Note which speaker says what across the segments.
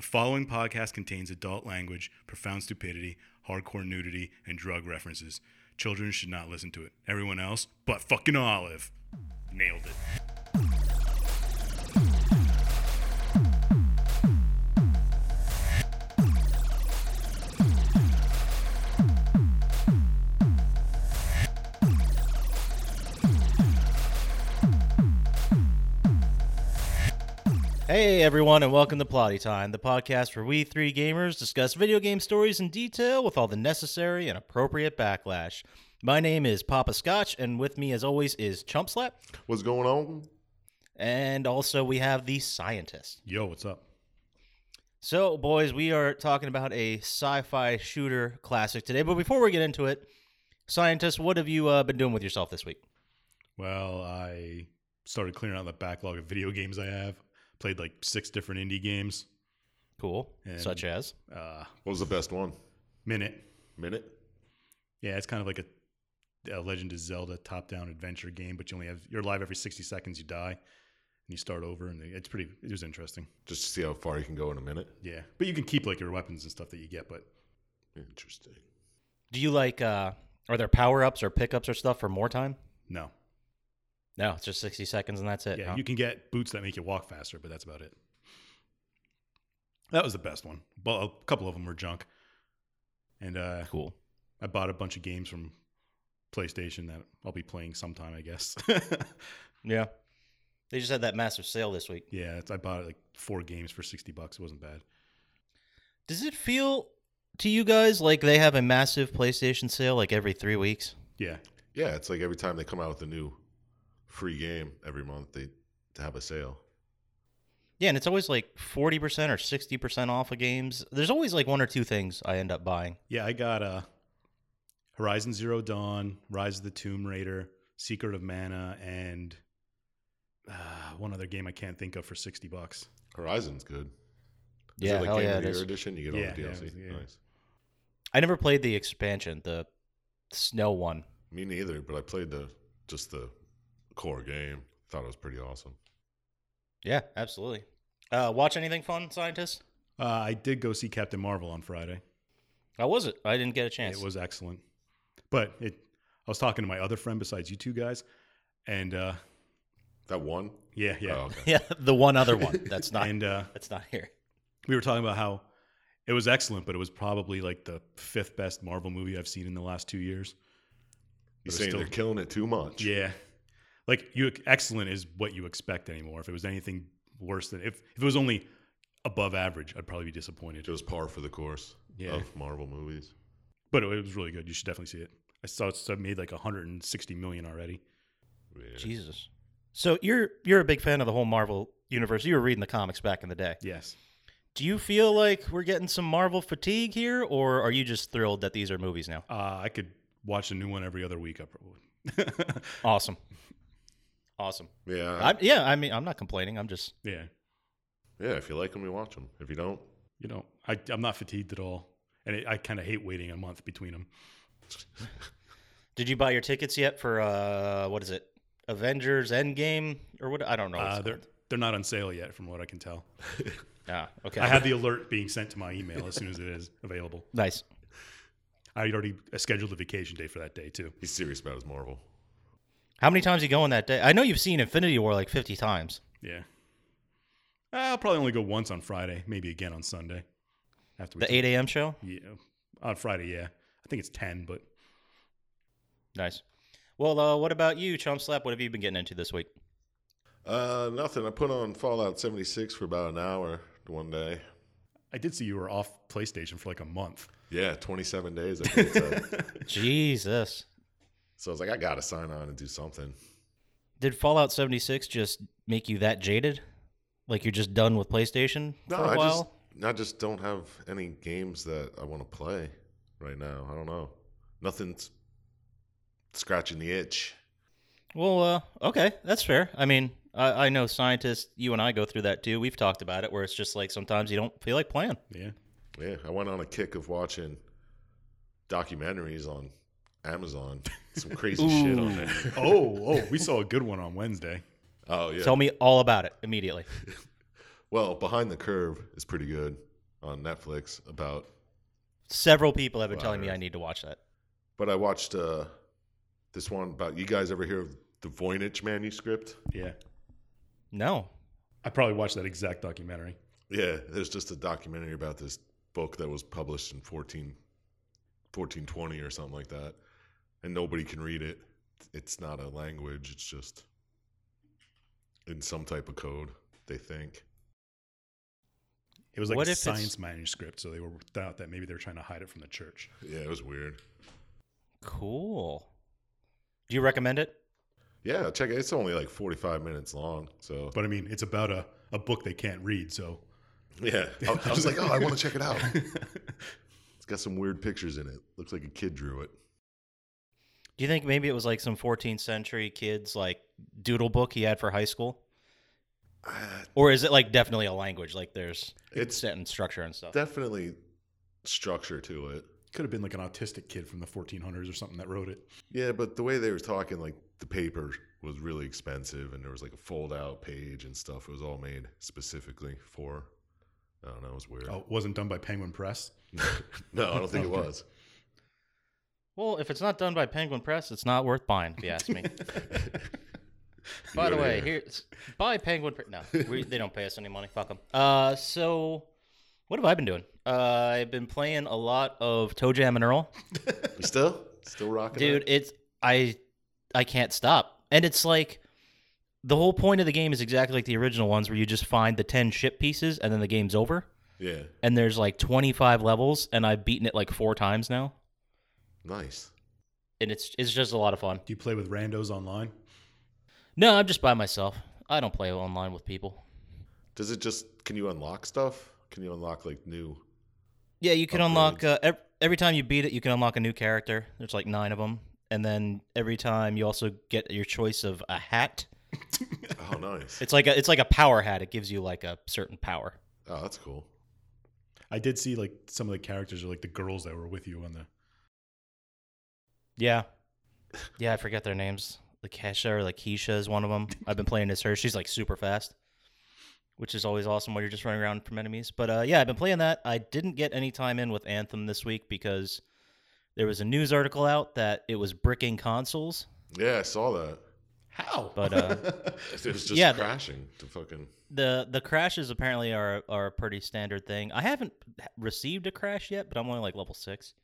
Speaker 1: following podcast contains adult language, profound stupidity, hardcore nudity, and drug references. Children should not listen to it. Everyone else, but fucking Olive. Nailed it.
Speaker 2: Hey everyone, and welcome to Plotty Time, the podcast where we three gamers discuss video game stories in detail with all the necessary and appropriate backlash. My name is Papa Scotch, and with me, as always, is Chump Slap,
Speaker 3: What's going on?
Speaker 2: and also we have the scientist.
Speaker 1: Yo, what's up?
Speaker 2: So, boys, we are talking about a sci-fi shooter classic today. But before we get into it, scientist, what have you uh, been doing with yourself this week?
Speaker 1: Well, I started clearing out the backlog of video games I have. Played like six different indie games.
Speaker 2: Cool,
Speaker 1: And-
Speaker 2: such as
Speaker 1: Uh,
Speaker 3: What was the best one?
Speaker 1: minute.
Speaker 3: Minute?
Speaker 1: Yeah, it's kind of like a, a Legend of Zelda top-down adventure game, but you only have you're alive every 60 seconds. You die, and you start over, and it's pretty. It was interesting.
Speaker 3: Just to see how far you can go in a minute.
Speaker 1: Yeah, but you can keep like your weapons and stuff that you get. But
Speaker 3: Interesting.
Speaker 2: do you like? Uh, are there power-ups or pickups or stuff for more time?
Speaker 1: no,
Speaker 2: No, it's just sixty seconds, and that's it.
Speaker 1: yeah,
Speaker 2: huh?
Speaker 1: you can get boots that make you walk faster, but that's about it. That was the best one. But a couple of them were junk, and uh,
Speaker 2: cool.
Speaker 1: I bought a bunch of games from PlayStation that I'll be playing sometime, I guess.
Speaker 2: Yeah. They just had that massive sale this week.
Speaker 1: yeah, it's, I bought like four games for 60 bucks. It wasn't bad.
Speaker 2: Does it feel to you guys like they have a massive PlayStation sale like every three weeks?
Speaker 1: Yeah,
Speaker 3: Yeah, it's like every time they come out with a new free game every month, they have a sale.
Speaker 2: Yeah, and it's always like 40% or 60% off of games. There's always like one or two things I end up buying.
Speaker 1: Yeah, I got uh, Horizon Zero Dawn, Rise of the Tomb Raider, Secret of Mana, and uh, one other game I can't think of for sixty bucks.
Speaker 3: Horizon's good. Is
Speaker 2: yeah,
Speaker 3: it like
Speaker 2: hell
Speaker 3: Game
Speaker 2: yeah,
Speaker 3: of
Speaker 2: it
Speaker 3: the Year
Speaker 2: is.
Speaker 3: edition? You get
Speaker 1: Yeah,
Speaker 3: all the
Speaker 1: yeah,
Speaker 3: DLC.
Speaker 1: yeah.
Speaker 3: Nice.
Speaker 2: I never played the expansion, the snow one.
Speaker 3: Me neither, but I played the just the core game. Thought it was pretty awesome.
Speaker 2: Yeah, absolutely. Uh, watch anything fun, scientist?
Speaker 1: Uh, I did go see Captain Marvel on Friday.
Speaker 2: How was it? I didn't get a chance.
Speaker 1: It was excellent, but it. I was talking to my other friend besides you two guys, and uh,
Speaker 3: That one?
Speaker 1: yeah, yeah,
Speaker 3: Oh, okay.
Speaker 2: yeah, the one other one. That's not
Speaker 1: and uh,
Speaker 2: that's not here.
Speaker 1: we were talking about how it was excellent, but it was probably like the fifth best Marvel movie I've seen in the last two years.
Speaker 3: You
Speaker 1: But it's
Speaker 3: saying
Speaker 1: still-
Speaker 3: they're killing it too much?
Speaker 1: Yeah. Like you excellent is what you expect anymore. If it was anything worse than if, if it was only above average, I'd probably be disappointed.
Speaker 3: It was par for the course
Speaker 1: Yeah.
Speaker 3: of Marvel movies.
Speaker 1: But it was really good. You should definitely see it. I saw it's made like 160 million already.
Speaker 3: Yeah.
Speaker 2: Jesus. So you're you're a big fan of the whole Marvel universe. You were reading the comics back in the day.
Speaker 1: Yes.
Speaker 2: Do you feel like we're getting some Marvel fatigue here, or are you just thrilled that these are movies now?
Speaker 1: Uh, I could watch a new one every other week. I probably. would.
Speaker 2: Awesome, awesome.
Speaker 3: Yeah.
Speaker 2: I, yeah, I mean, I'm not complaining. I'm just
Speaker 1: yeah.
Speaker 3: yeah, if you like them, you watch them. If you don't,
Speaker 1: You know, I, I'm not fatigued at all. And it, I kind of hate waiting a month between them.
Speaker 2: Did you buy your tickets yet for uh what is it? Avengers Endgame or what? I don't know.
Speaker 1: Uh, they're, they're not on sale yet, from what I can tell.
Speaker 2: ah, okay.
Speaker 1: I had the alert being sent to my email as soon as it is available.
Speaker 2: nice.
Speaker 1: I had already scheduled a vacation day for that day, too.
Speaker 3: he's serious about his Marvel.
Speaker 2: How many times you going that day? I know you've seen Infinity War like 50 times.
Speaker 1: Yeah. Uh, I'll probably only go once on Friday, maybe again on Sunday. After we
Speaker 2: The 8 a.m. show.
Speaker 1: yeah, on Friday, yeah. I think it's ten, but
Speaker 2: Nice. Well, uh, what about you, Chump Slap? What have you been getting into this week?
Speaker 3: Uh, nothing. I put on Fallout 76 for about an hour one day.
Speaker 1: I did see you were off PlayStation for like a month.
Speaker 3: Yeah, 27 days. I think it said.
Speaker 2: Jesus.
Speaker 3: so I was like, I gotta sign on and do something.
Speaker 2: Did Fallout 76 just make you that jaded? Like you're just done with PlayStation
Speaker 3: No,
Speaker 2: for a
Speaker 3: I
Speaker 2: while?
Speaker 3: just, I just don't have any games that I want to play right now. I don't know. Nothing's scratching the itch.
Speaker 2: Well, uh, okay, that's fair. I mean, I, I know scientists, you and I go through that too. We've talked about it where it's just like sometimes you don't feel like playing.
Speaker 1: Yeah.
Speaker 3: Yeah, I went on a kick of watching documentaries on Amazon. Some crazy shit on there.
Speaker 1: Oh, oh, we saw a good one on Wednesday.
Speaker 3: Oh yeah.
Speaker 2: Tell me all about it immediately.
Speaker 3: Well, Behind the Curve is pretty good. on Netflix about,
Speaker 2: Several people have been telling me
Speaker 3: Wow.
Speaker 2: I need to watch that.
Speaker 3: but I watched uh, this one about you guys ever hear of the Voynich manuscript?
Speaker 1: Yeah.
Speaker 2: No.
Speaker 1: I probably watched that exact documentary.
Speaker 3: Yeah, there's just a documentary about this book that was published in 14, 1420 or something like that, and nobody can read it. It's not a language, it's just in some type of code, they think.
Speaker 1: It was like
Speaker 2: What
Speaker 1: a
Speaker 2: if it's-
Speaker 1: science manuscript, so they were thought that maybe they were trying to hide it from the church.
Speaker 3: Yeah, it was weird.
Speaker 2: Cool. Do you recommend it?
Speaker 3: Yeah, check it. It's only like 45 minutes long, so
Speaker 1: But I mean, it's about a, a book they can't read, so
Speaker 3: yeah. I, I was like, "Oh, I want to check it out." It's got some weird pictures in it. Looks like a kid drew it.
Speaker 2: Do you think maybe it was like some 14th century kids like doodle book he had for high school?
Speaker 3: Ah,
Speaker 2: Or is it like definitely a language? Like there's
Speaker 3: It's-
Speaker 2: sentence structure and stuff.
Speaker 3: Definitely structure to it.
Speaker 1: Could have been like an autistic kid from the 1400s or something that wrote it.
Speaker 3: Yeah, but the way they were talking, like the paper was really expensive, and there was like a fold-out page and stuff. It was all made specifically for. I don't know. It was weird.
Speaker 1: Oh, it wasn't done by Penguin Press.
Speaker 3: no, I don't think it
Speaker 1: Okay.
Speaker 3: was.
Speaker 2: well, if it's not done by Penguin Press, it's not worth buying, if you ask me. By
Speaker 3: You
Speaker 2: the
Speaker 3: heard it
Speaker 2: way, here's buy Penguin. Pr- No, we, they don't pay us any money. Fuck them. Uh, so what have I been doing? Uh, I've been playing a lot of Toe Jam and Earl,
Speaker 3: You still, still rocking,
Speaker 2: dude.
Speaker 3: out?
Speaker 2: It's I, I can't stop, and it's like the whole point of the game is exactly like the original ones, where you just find the ten ship pieces, and then the game's over.
Speaker 3: Yeah,
Speaker 2: And there's like twenty five levels, and I've beaten it like four times now,
Speaker 3: nice.
Speaker 2: and it's it's just a lot of fun.
Speaker 1: Do you play with randos online?
Speaker 2: No, I'm just by myself. I don't play online with people.
Speaker 3: Does it just? Can you unlock stuff? Can you unlock like new?
Speaker 2: Yeah, you can
Speaker 3: upgrades.
Speaker 2: unlock uh, ev- every time you beat it. You can unlock a new character. There's like nine of them, and then every time you also get your choice of a hat.
Speaker 3: Oh, nice.
Speaker 2: It's like a it's like a power hat. It gives you like a certain power.
Speaker 3: Oh, that's cool.
Speaker 1: I did see like some of the characters are like the girls that were with you on the.
Speaker 2: Yeah, yeah. I forget their names. Like Kesha or like Keisha is one of them. I've been playing as her. She's like super fast, which is always awesome when you're just running around from enemies. But uh, yeah, I've been playing that. I didn't get any time in with Anthem this week because there was a news article out that it was bricking consoles.
Speaker 3: Yeah, I saw that.
Speaker 1: How?
Speaker 2: But, uh,
Speaker 3: It was just
Speaker 2: Yeah, the-
Speaker 3: crashing to fucking.
Speaker 2: the the crashes apparently are are a pretty standard thing. I haven't h- received a crash yet, but I'm only like level six.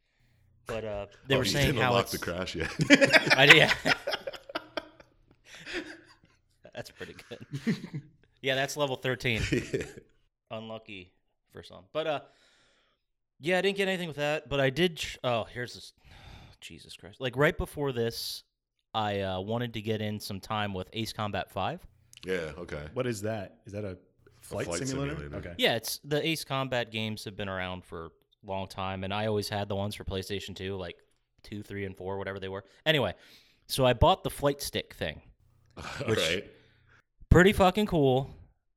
Speaker 2: But uh, they
Speaker 3: Oh,
Speaker 2: were
Speaker 3: you
Speaker 2: saying
Speaker 3: didn't
Speaker 2: how
Speaker 3: unlock
Speaker 2: it's,
Speaker 3: the crash yet.
Speaker 2: I did- yeah. that's pretty good. yeah, that's level thirteen. Unlucky for some, but uh, yeah, I didn't get anything with that. But I did. Tr- oh, here's this. Jesus Christ! Like right before this, I uh, wanted to get in some time with Ace Combat Five.
Speaker 3: yeah. Okay.
Speaker 1: What is that? Is that a flight,
Speaker 3: flight
Speaker 1: simulator?
Speaker 3: simulator.
Speaker 1: Okay.
Speaker 2: Yeah, it's the Ace Combat games have been around for a long time, and I always had the ones for PlayStation 2, like 2, 3, and 4, whatever they were. Anyway, so I bought the flight stick thing.
Speaker 3: All
Speaker 2: Which-
Speaker 3: right.
Speaker 2: Pretty fucking cool,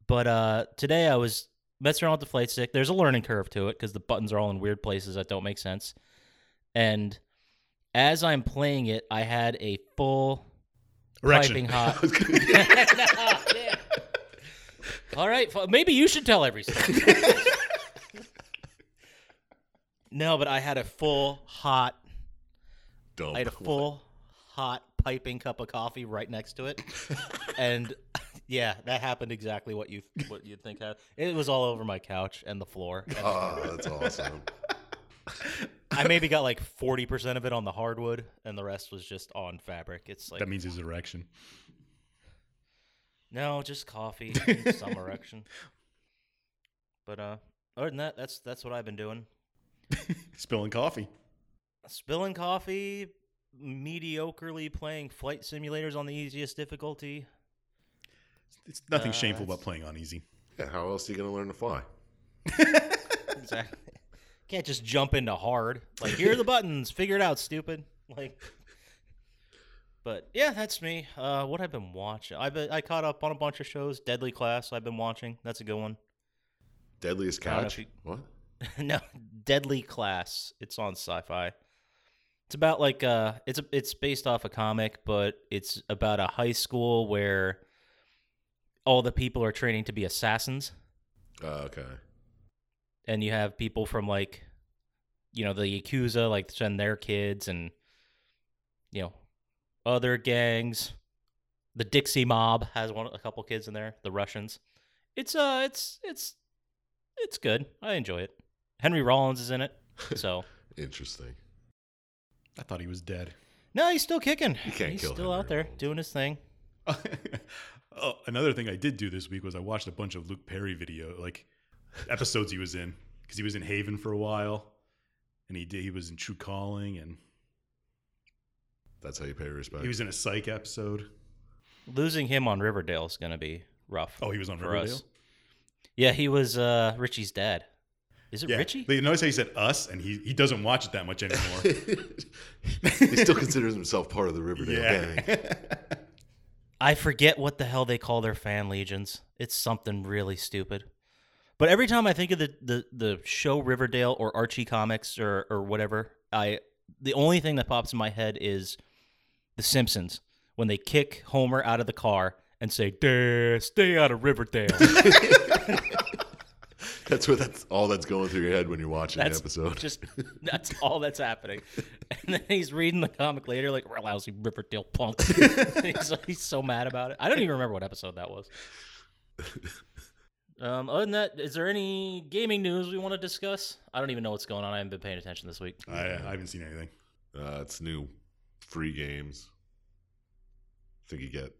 Speaker 2: but uh, today I was messing around with the flight stick. There's a learning curve to it because the buttons are all in weird places that don't make sense. And as I'm playing it, I had a full piping hot No, yeah. All right, fu- maybe you should tell every story. no, but I had a full hot,
Speaker 3: Dumb.
Speaker 2: I had a full hot piping cup of coffee right next to it, and yeah, that happened exactly what you what you'd think happened. It was all over my couch and the floor. And
Speaker 3: Oh, that's awesome.
Speaker 2: I maybe got like forty percent of it on the hardwood, and the rest was just on fabric. It's like
Speaker 1: That means his erection.
Speaker 2: No, just coffee, and some erection. But uh, other than that, that's that's what I've been doing.
Speaker 1: Spilling coffee.
Speaker 2: Spilling coffee, mediocrely playing flight simulators on the easiest difficulty.
Speaker 1: It's nothing
Speaker 2: Uh,
Speaker 1: shameful
Speaker 2: that's-
Speaker 1: about playing on easy.
Speaker 3: Yeah, how else are you gonna learn to fly?
Speaker 2: Exactly. Can't just jump into hard. Like here are the buttons. Figure it out, stupid. Like. But yeah, that's me. Uh, what I've been watching. I been, I caught up on a bunch of shows. Deadly Class. I've been watching. That's a good one.
Speaker 3: Deadliest
Speaker 2: I don't know if
Speaker 3: catch.
Speaker 2: you-
Speaker 3: What?
Speaker 2: no, Deadly Class. It's on Sci-Fi. It's about like uh it's a, it's based off a comic, but it's about a high school where
Speaker 3: Ah,
Speaker 2: all the people are training to be assassins
Speaker 3: Oh, okay.
Speaker 2: and you have people from like, you know, the Yakuza like send their kids and, you know, other gangs. The Dixie Mob has one a couple kids in there. The Russians. It's uh, it's it's it's good. I enjoy it. Henry Rollins is in it, so
Speaker 3: Interesting.
Speaker 1: I thought he was dead.
Speaker 2: no, he's still kicking.
Speaker 3: You can't
Speaker 2: he's
Speaker 3: kill
Speaker 2: still out
Speaker 3: Henry
Speaker 2: there
Speaker 3: Rollins.
Speaker 2: doing his thing.
Speaker 1: oh, another thing I did do this week was I watched a bunch of Luke Perry video, like episodes he was in, because he was in Haven for a while, and he did, he was in True Calling, and
Speaker 3: That's how you pay respect.
Speaker 1: he was in a Psych episode.
Speaker 2: Losing him on Riverdale is gonna be rough.
Speaker 1: Oh, he was on
Speaker 2: for
Speaker 1: Riverdale.
Speaker 2: us. Yeah, he was uh, Richie's dad. Is it
Speaker 1: Yeah,
Speaker 2: Richie?
Speaker 1: But you notice how he said us, and he he doesn't watch it that much anymore.
Speaker 3: he still considers himself part of the Riverdale gang.
Speaker 1: yeah.
Speaker 2: I forget what the hell they call their fan legions. It's something really stupid. But every time I think of the the, the show Riverdale or Archie comics or or whatever, I the only thing that pops in my head is The Simpsons when they kick Homer out of the car and say, "Duh, "Stay out of Riverdale."
Speaker 3: That's what that's all that's going through your head when you're watching
Speaker 2: That's
Speaker 3: the episode.
Speaker 2: Just that's all that's happening. And then he's reading the comic later, like we're lousy Riverdale punk. he's, he's so mad about it. I don't even remember what episode that was. Um, other than that, is there any gaming news we want to discuss? I don't even know what's going on. I haven't been paying attention this week.
Speaker 1: I, I haven't seen anything.
Speaker 3: Uh, it's new free games. I think you get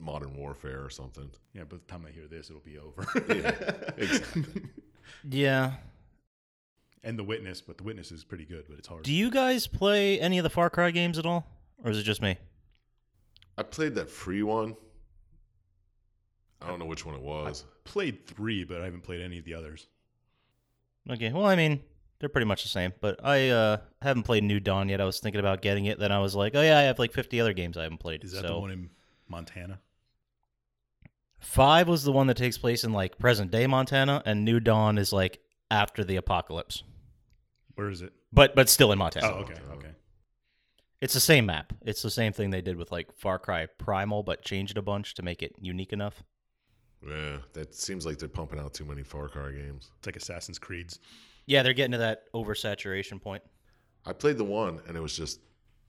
Speaker 3: Modern Warfare or something.
Speaker 1: Yeah, by the time I hear this, it'll be over.
Speaker 3: Yeah, exactly.
Speaker 2: Yeah.
Speaker 1: and the witness, but the witness is pretty good, but it's hard.
Speaker 2: Do you guys play any of the Far Cry games at all, or is it just me?
Speaker 3: I played that free one. I don't know which one it was.
Speaker 1: Played three, but I haven't played any of the others.
Speaker 2: Okay. Well, I mean, they're pretty much the same, but I uh, haven't played New Dawn yet. I was thinking about getting it, then I was like, oh yeah, I have like 50 other games I haven't played.
Speaker 1: Is that
Speaker 2: so.
Speaker 1: the one in Montana?
Speaker 2: Five was the one that takes place in like present day Montana, and New Dawn is like after the apocalypse,
Speaker 1: Where is it?
Speaker 2: but but still in Montana.
Speaker 1: Oh, okay,
Speaker 3: Montana.
Speaker 1: okay.
Speaker 2: It's the same map. It's the same thing they did with like Far Cry Primal, but changed it a bunch to make it unique enough.
Speaker 3: Yeah, that seems like they're pumping out too many Far Cry games.
Speaker 1: It's like Assassin's Creed's.
Speaker 2: Yeah, they're getting to that oversaturation point.
Speaker 3: I played the one and it was just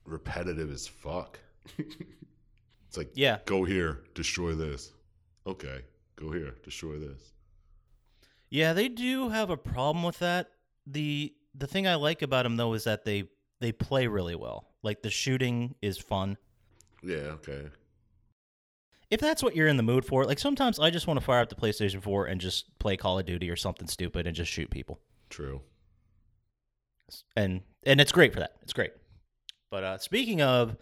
Speaker 3: repetitive as fuck. it's like,
Speaker 2: Yeah,
Speaker 3: go here, destroy this. Okay, go here, destroy this.
Speaker 2: yeah, they do have a problem with that. the The thing I like about them though is that they they play really well. Like the shooting is fun.
Speaker 3: Yeah, okay.
Speaker 2: if that's what you're in the mood for, like sometimes I just want to fire up the PlayStation 4 and just play Call of Duty or something stupid and just shoot people.
Speaker 3: True.
Speaker 2: And and it's great for that. It's great. But uh speaking of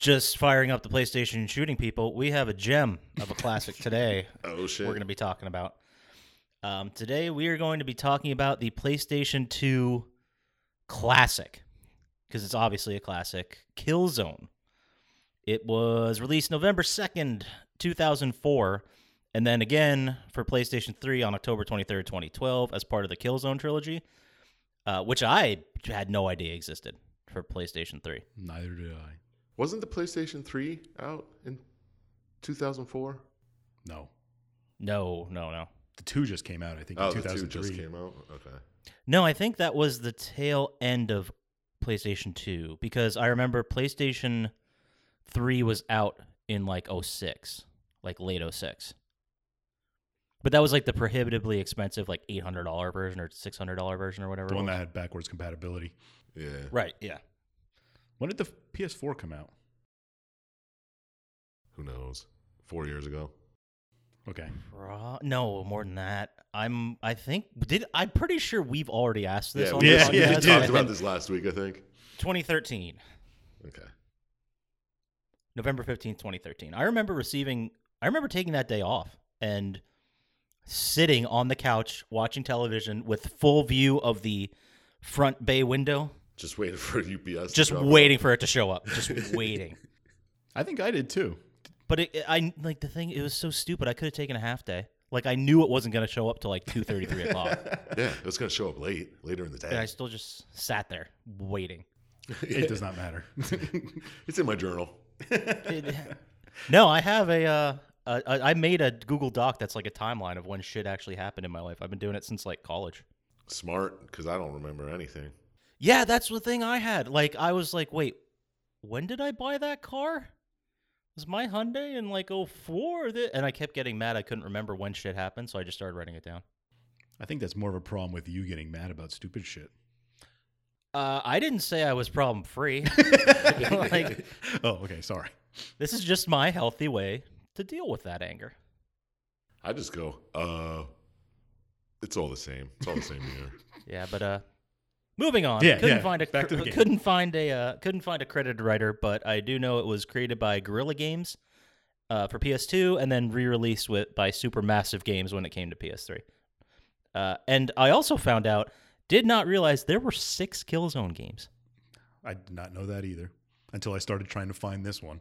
Speaker 2: just firing up the PlayStation and shooting people, we have a gem of a classic today
Speaker 3: Oh shit.
Speaker 2: we're going to be talking about. Um, today we are going to be talking about the PlayStation 2 classic because it's obviously a classic, Killzone. It was released November 2nd, 2004, and then again for PlayStation 3 on October 23rd, 2012 as part of the Killzone trilogy, uh, which I had no idea existed for PlayStation 3.
Speaker 1: Neither did I.
Speaker 3: Wasn't the PlayStation 3 out in 2004?
Speaker 1: No,
Speaker 2: No, no, no.
Speaker 1: the two just came out. I think
Speaker 3: Oh,
Speaker 1: in
Speaker 3: the two
Speaker 1: 2003.
Speaker 3: just came out. Okay.
Speaker 2: No, I think that was the tail end of PlayStation 2 because I remember PlayStation 3 was out in like 06, like late 06. But that was like the prohibitively expensive like $800 version or $600 version or whatever.
Speaker 1: the
Speaker 2: it
Speaker 1: one that
Speaker 2: was.
Speaker 1: had backwards compatibility.
Speaker 3: Yeah.
Speaker 2: right, yeah.
Speaker 1: When did the PS4 come out?
Speaker 3: Who knows? 4 years ago.
Speaker 1: Okay,
Speaker 2: Pro- No, more than that. I'm I think did I'm pretty sure we've already asked this
Speaker 3: yeah,
Speaker 2: on
Speaker 3: we,
Speaker 2: the
Speaker 1: yeah, yeah,
Speaker 2: podcast.
Speaker 3: we
Speaker 1: it
Speaker 2: and
Speaker 1: did.
Speaker 3: talked about
Speaker 2: then
Speaker 3: this last week, I think.
Speaker 2: 2013.
Speaker 3: Okay.
Speaker 2: November 15th, 2013. I remember receiving, I remember taking that day off and sitting on the couch watching television with full view of the front bay window,
Speaker 3: Just waiting for UPS. to
Speaker 2: just
Speaker 3: drop it
Speaker 2: waiting for it to show up, just waiting.
Speaker 1: I think I did too.
Speaker 2: But it, I like the thing, it was so stupid. I could have taken a half day. Like I knew it wasn't going to show up till like 2 33 o'clock.
Speaker 3: off. Yeah, it was going to show up late, later in the
Speaker 2: And I
Speaker 3: day.
Speaker 2: still just sat there waiting.
Speaker 1: It does not matter.
Speaker 3: it's in my journal.
Speaker 2: no, I have a uh, Uh, I I made a Google Doc that's like a timeline of when shit actually happened in my life. I've been doing it since like college.
Speaker 3: Smart, because I don't remember anything.
Speaker 2: Yeah, that's the thing I had. Like, I was like, wait, when did I buy that car? Was my Hyundai in like 04? Or thi-" And I kept getting mad. I couldn't remember when shit happened, so I just started writing it down.
Speaker 1: I think that's more of a problem with you getting mad about stupid shit.
Speaker 2: Uh, I didn't say I was problem free. Like-
Speaker 1: oh, okay. Sorry.
Speaker 2: this is just my healthy way to deal with that anger.
Speaker 3: I just go, uh, it's all the same. It's all the same here.
Speaker 2: Yeah, but uh, moving on.
Speaker 1: Yeah,
Speaker 2: couldn't
Speaker 1: yeah,
Speaker 2: find a
Speaker 1: back to the
Speaker 2: cr-
Speaker 1: game.
Speaker 2: couldn't find a uh, couldn't find a credited writer, but I do know it was created by Guerrilla Games uh, for PS2, and then re-released with by Supermassive Games when it came to PS3. Uh, and I also found out did not realize there were six Killzone games.
Speaker 1: I did not know that either until I started trying to find this one.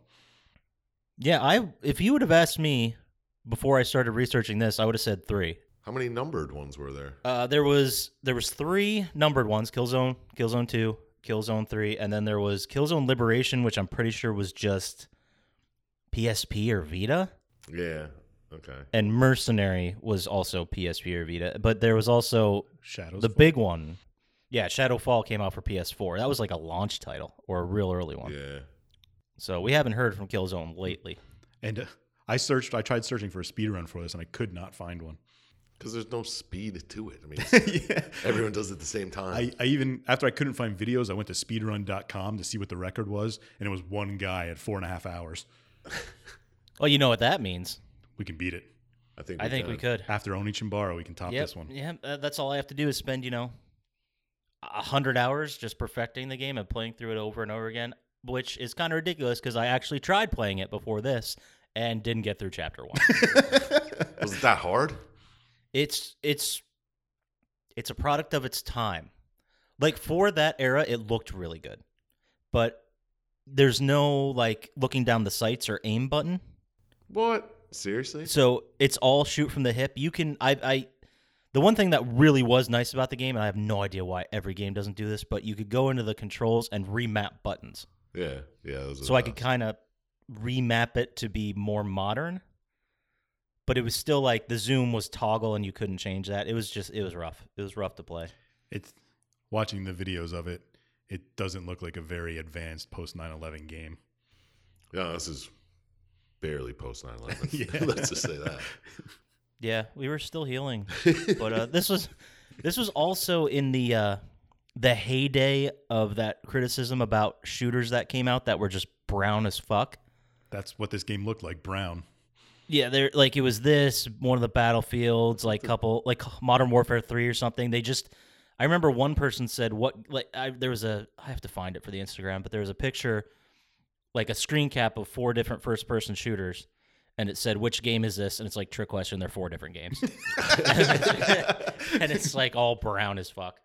Speaker 2: Yeah, I if you would have asked me before I started researching this, I would have said three.
Speaker 3: How many numbered ones were there?
Speaker 2: Uh, there was there was three numbered ones: Killzone, Killzone Two, Killzone Three, and then there was Killzone Liberation, which I'm pretty sure was just PSP or Vita,
Speaker 3: Yeah. Okay.
Speaker 2: and Mercenary was also PSP or Vita. But there was also
Speaker 1: Shadows.
Speaker 2: the
Speaker 1: Fall.
Speaker 2: big one. Yeah, Shadowfall came out for PS4. That was like a launch title or a real early one.
Speaker 3: Yeah.
Speaker 2: So we haven't heard from Killzone lately.
Speaker 1: And uh, I searched. I tried searching for a speed run for this, and I could not find one.
Speaker 3: Because there's no speed to it. I mean,
Speaker 1: yeah.
Speaker 3: everyone does it at the same time.
Speaker 1: I, I even after I couldn't find videos, I went to speedrun.com to see what the record was, and it was one guy at four and a half hours.
Speaker 2: Well, you know what that means.
Speaker 1: We can beat it
Speaker 3: I think
Speaker 2: I think we
Speaker 3: can.
Speaker 2: could.
Speaker 1: after Oni Chimbara. We can top
Speaker 2: Yep,
Speaker 1: this one.
Speaker 2: Yeah, uh, that's all I have to do is spend, you know, a hundred hours just perfecting the game and playing through it over and over again, which is kind of ridiculous because I actually tried playing it before this and didn't get through chapter one.
Speaker 3: Was it that hard?
Speaker 2: it's it's it's a product of its time. Like for that era, it looked really good, but there's no like looking down the sights or aim button.
Speaker 3: What? Seriously?
Speaker 2: So it's all shoot from the hip. You can I I the one thing that really was nice about the game, and I have no idea why every game doesn't do this, but you could go into the controls and remap buttons.
Speaker 3: Yeah. Yeah. those are
Speaker 2: So
Speaker 3: the
Speaker 2: I could
Speaker 3: best.
Speaker 2: kind of remap it to be more modern. But it was still like the zoom was toggle and you couldn't change that. It was just it was rough. It was rough to play.
Speaker 1: It's watching the videos of it. It doesn't look like a very advanced post 9/11 game.
Speaker 3: Yeah, this is barely post 9 11.
Speaker 1: Yeah.
Speaker 3: Let's just say that.
Speaker 2: Yeah, we were still healing. but uh, this was this was also in the uh, the heyday of that criticism about shooters that came out that were just brown as fuck.
Speaker 1: That's what this game looked like. Brown.
Speaker 2: Yeah, they're like it was this one of the battlefields, like couple like Modern Warfare three or something. They just I remember one person said what like I, there was a I have to find it for the Instagram, but there was a picture like a screen cap of four different first person shooters. And it said, "Which game is this?" And it's like trick question. They're four different games, and it's like all brown as fuck.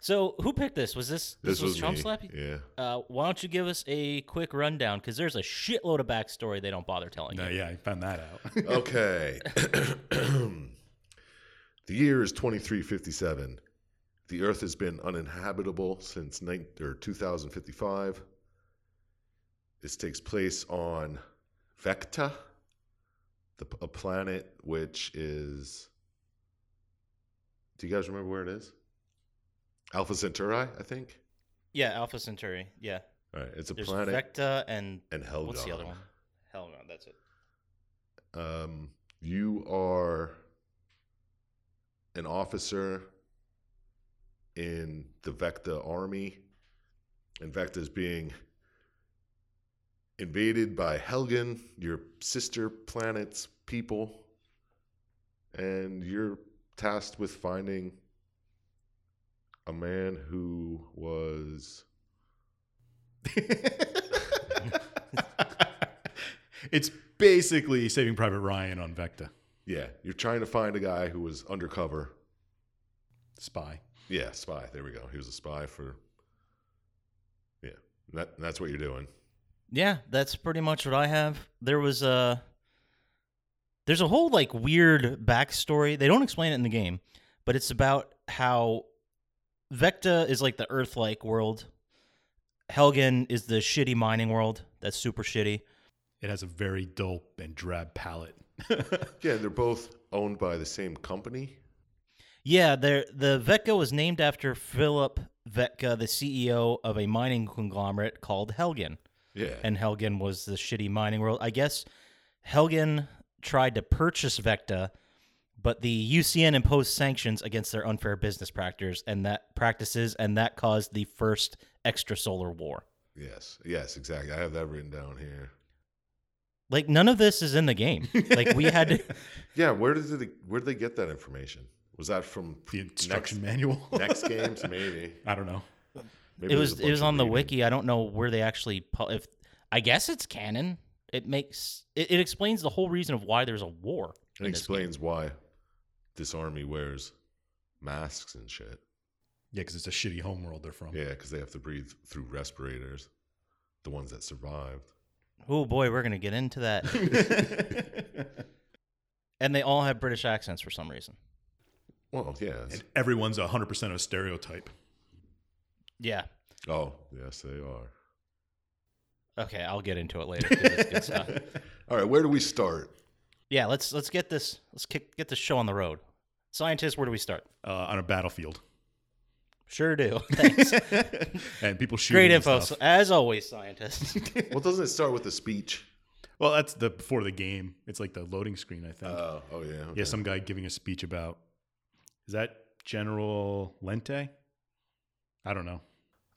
Speaker 2: So, who picked this? Was this this, was, Chump
Speaker 3: me.
Speaker 2: Slappy?
Speaker 3: Yeah.
Speaker 2: Uh, why don't you give us a quick rundown? Because there's a shitload of backstory they don't bother telling
Speaker 1: No,
Speaker 2: you.
Speaker 1: Uh, yeah, I found that out.
Speaker 3: Okay. the year is 2357. The Earth has been uninhabitable since 9, or 2055. This takes place on Vecta, the, p- a planet which is. Do you guys remember where it is? Alpha Centauri, I think.
Speaker 2: Yeah, Alpha Centauri. Yeah.
Speaker 3: All right, it's a
Speaker 2: There's
Speaker 3: planet
Speaker 2: Vecta and
Speaker 3: and Helgon.
Speaker 2: what's the other one? Helgon, that's it.
Speaker 3: um, you are an officer in the Vecta army, and Vecta is being invaded by Helgen, your sister planet's people, and you're tasked with finding a man who was
Speaker 1: it's basically Saving Private Ryan on Vecta.
Speaker 3: yeah you're trying to find a guy who was undercover
Speaker 1: Spy.
Speaker 3: Yeah, spy. There we go. He was a spy for. Yeah, that, that's what you're doing.
Speaker 2: Yeah, that's pretty much what I have. There was a there's a whole like weird backstory. They don't explain it in the game, but it's about how Vecta is like the Earth-like world. Helgen is the shitty mining world. That's super shitty.
Speaker 1: It has a very dull and drab palette.
Speaker 3: Yeah, they're both owned by the same company.
Speaker 2: yeah, there the Vetka was named after Philip Vetka, the CEO of a mining conglomerate called Helgen.
Speaker 3: Yeah.
Speaker 2: and Helgen was the shitty mining world. I guess Helgen tried to purchase Vecta, but the UCN imposed sanctions against their unfair business practices, and that practices, and that caused the first extrasolar war.
Speaker 3: yes. Yes, exactly. I have that written down here.
Speaker 2: Like none of this is in the game. Like we had to,
Speaker 3: Yeah, where did they where did they get that information? Was that from
Speaker 1: The instruction
Speaker 3: next,
Speaker 1: manual.
Speaker 3: next games? Maybe.
Speaker 1: I don't know.
Speaker 3: Maybe
Speaker 2: it
Speaker 3: there's
Speaker 2: was
Speaker 3: a
Speaker 2: it
Speaker 3: bunch
Speaker 2: was
Speaker 3: of
Speaker 2: on the
Speaker 3: reading.
Speaker 2: wiki. I don't know where they actually pu- if I guess it's canon. It makes it, it explains the whole reason of why there's a war.
Speaker 3: It
Speaker 2: in this game.
Speaker 3: explains why this army wears masks and shit.
Speaker 1: Yeah, because it's a shitty homeworld they're
Speaker 2: Oh.
Speaker 1: from.
Speaker 3: Yeah, because they have to breathe through respirators, the ones that survived.
Speaker 2: Oh boy, we're gonna get into that. and they all have British accents for some reason.
Speaker 3: Well, yeah.
Speaker 1: And everyone's 100% a stereotype.
Speaker 2: Yeah.
Speaker 3: Oh, yes, they are.
Speaker 2: Okay, I'll get into it later. 'cause it's good stuff.
Speaker 3: All right, where do we start?
Speaker 2: Yeah, let's let's get this let's kick, get this show on the road. Scientists, where do we start?
Speaker 1: Uh, on a battlefield.
Speaker 2: Sure do. Thanks.
Speaker 1: And people shoot.
Speaker 2: Great info, so- as always, scientists.
Speaker 3: Well, doesn't it start with a speech?
Speaker 1: Well, that's the before the game. It's like the loading screen, I think.
Speaker 3: Oh, oh yeah.
Speaker 1: Yeah,
Speaker 3: okay.
Speaker 1: some guy giving a speech about. Is that General Lente? I don't know.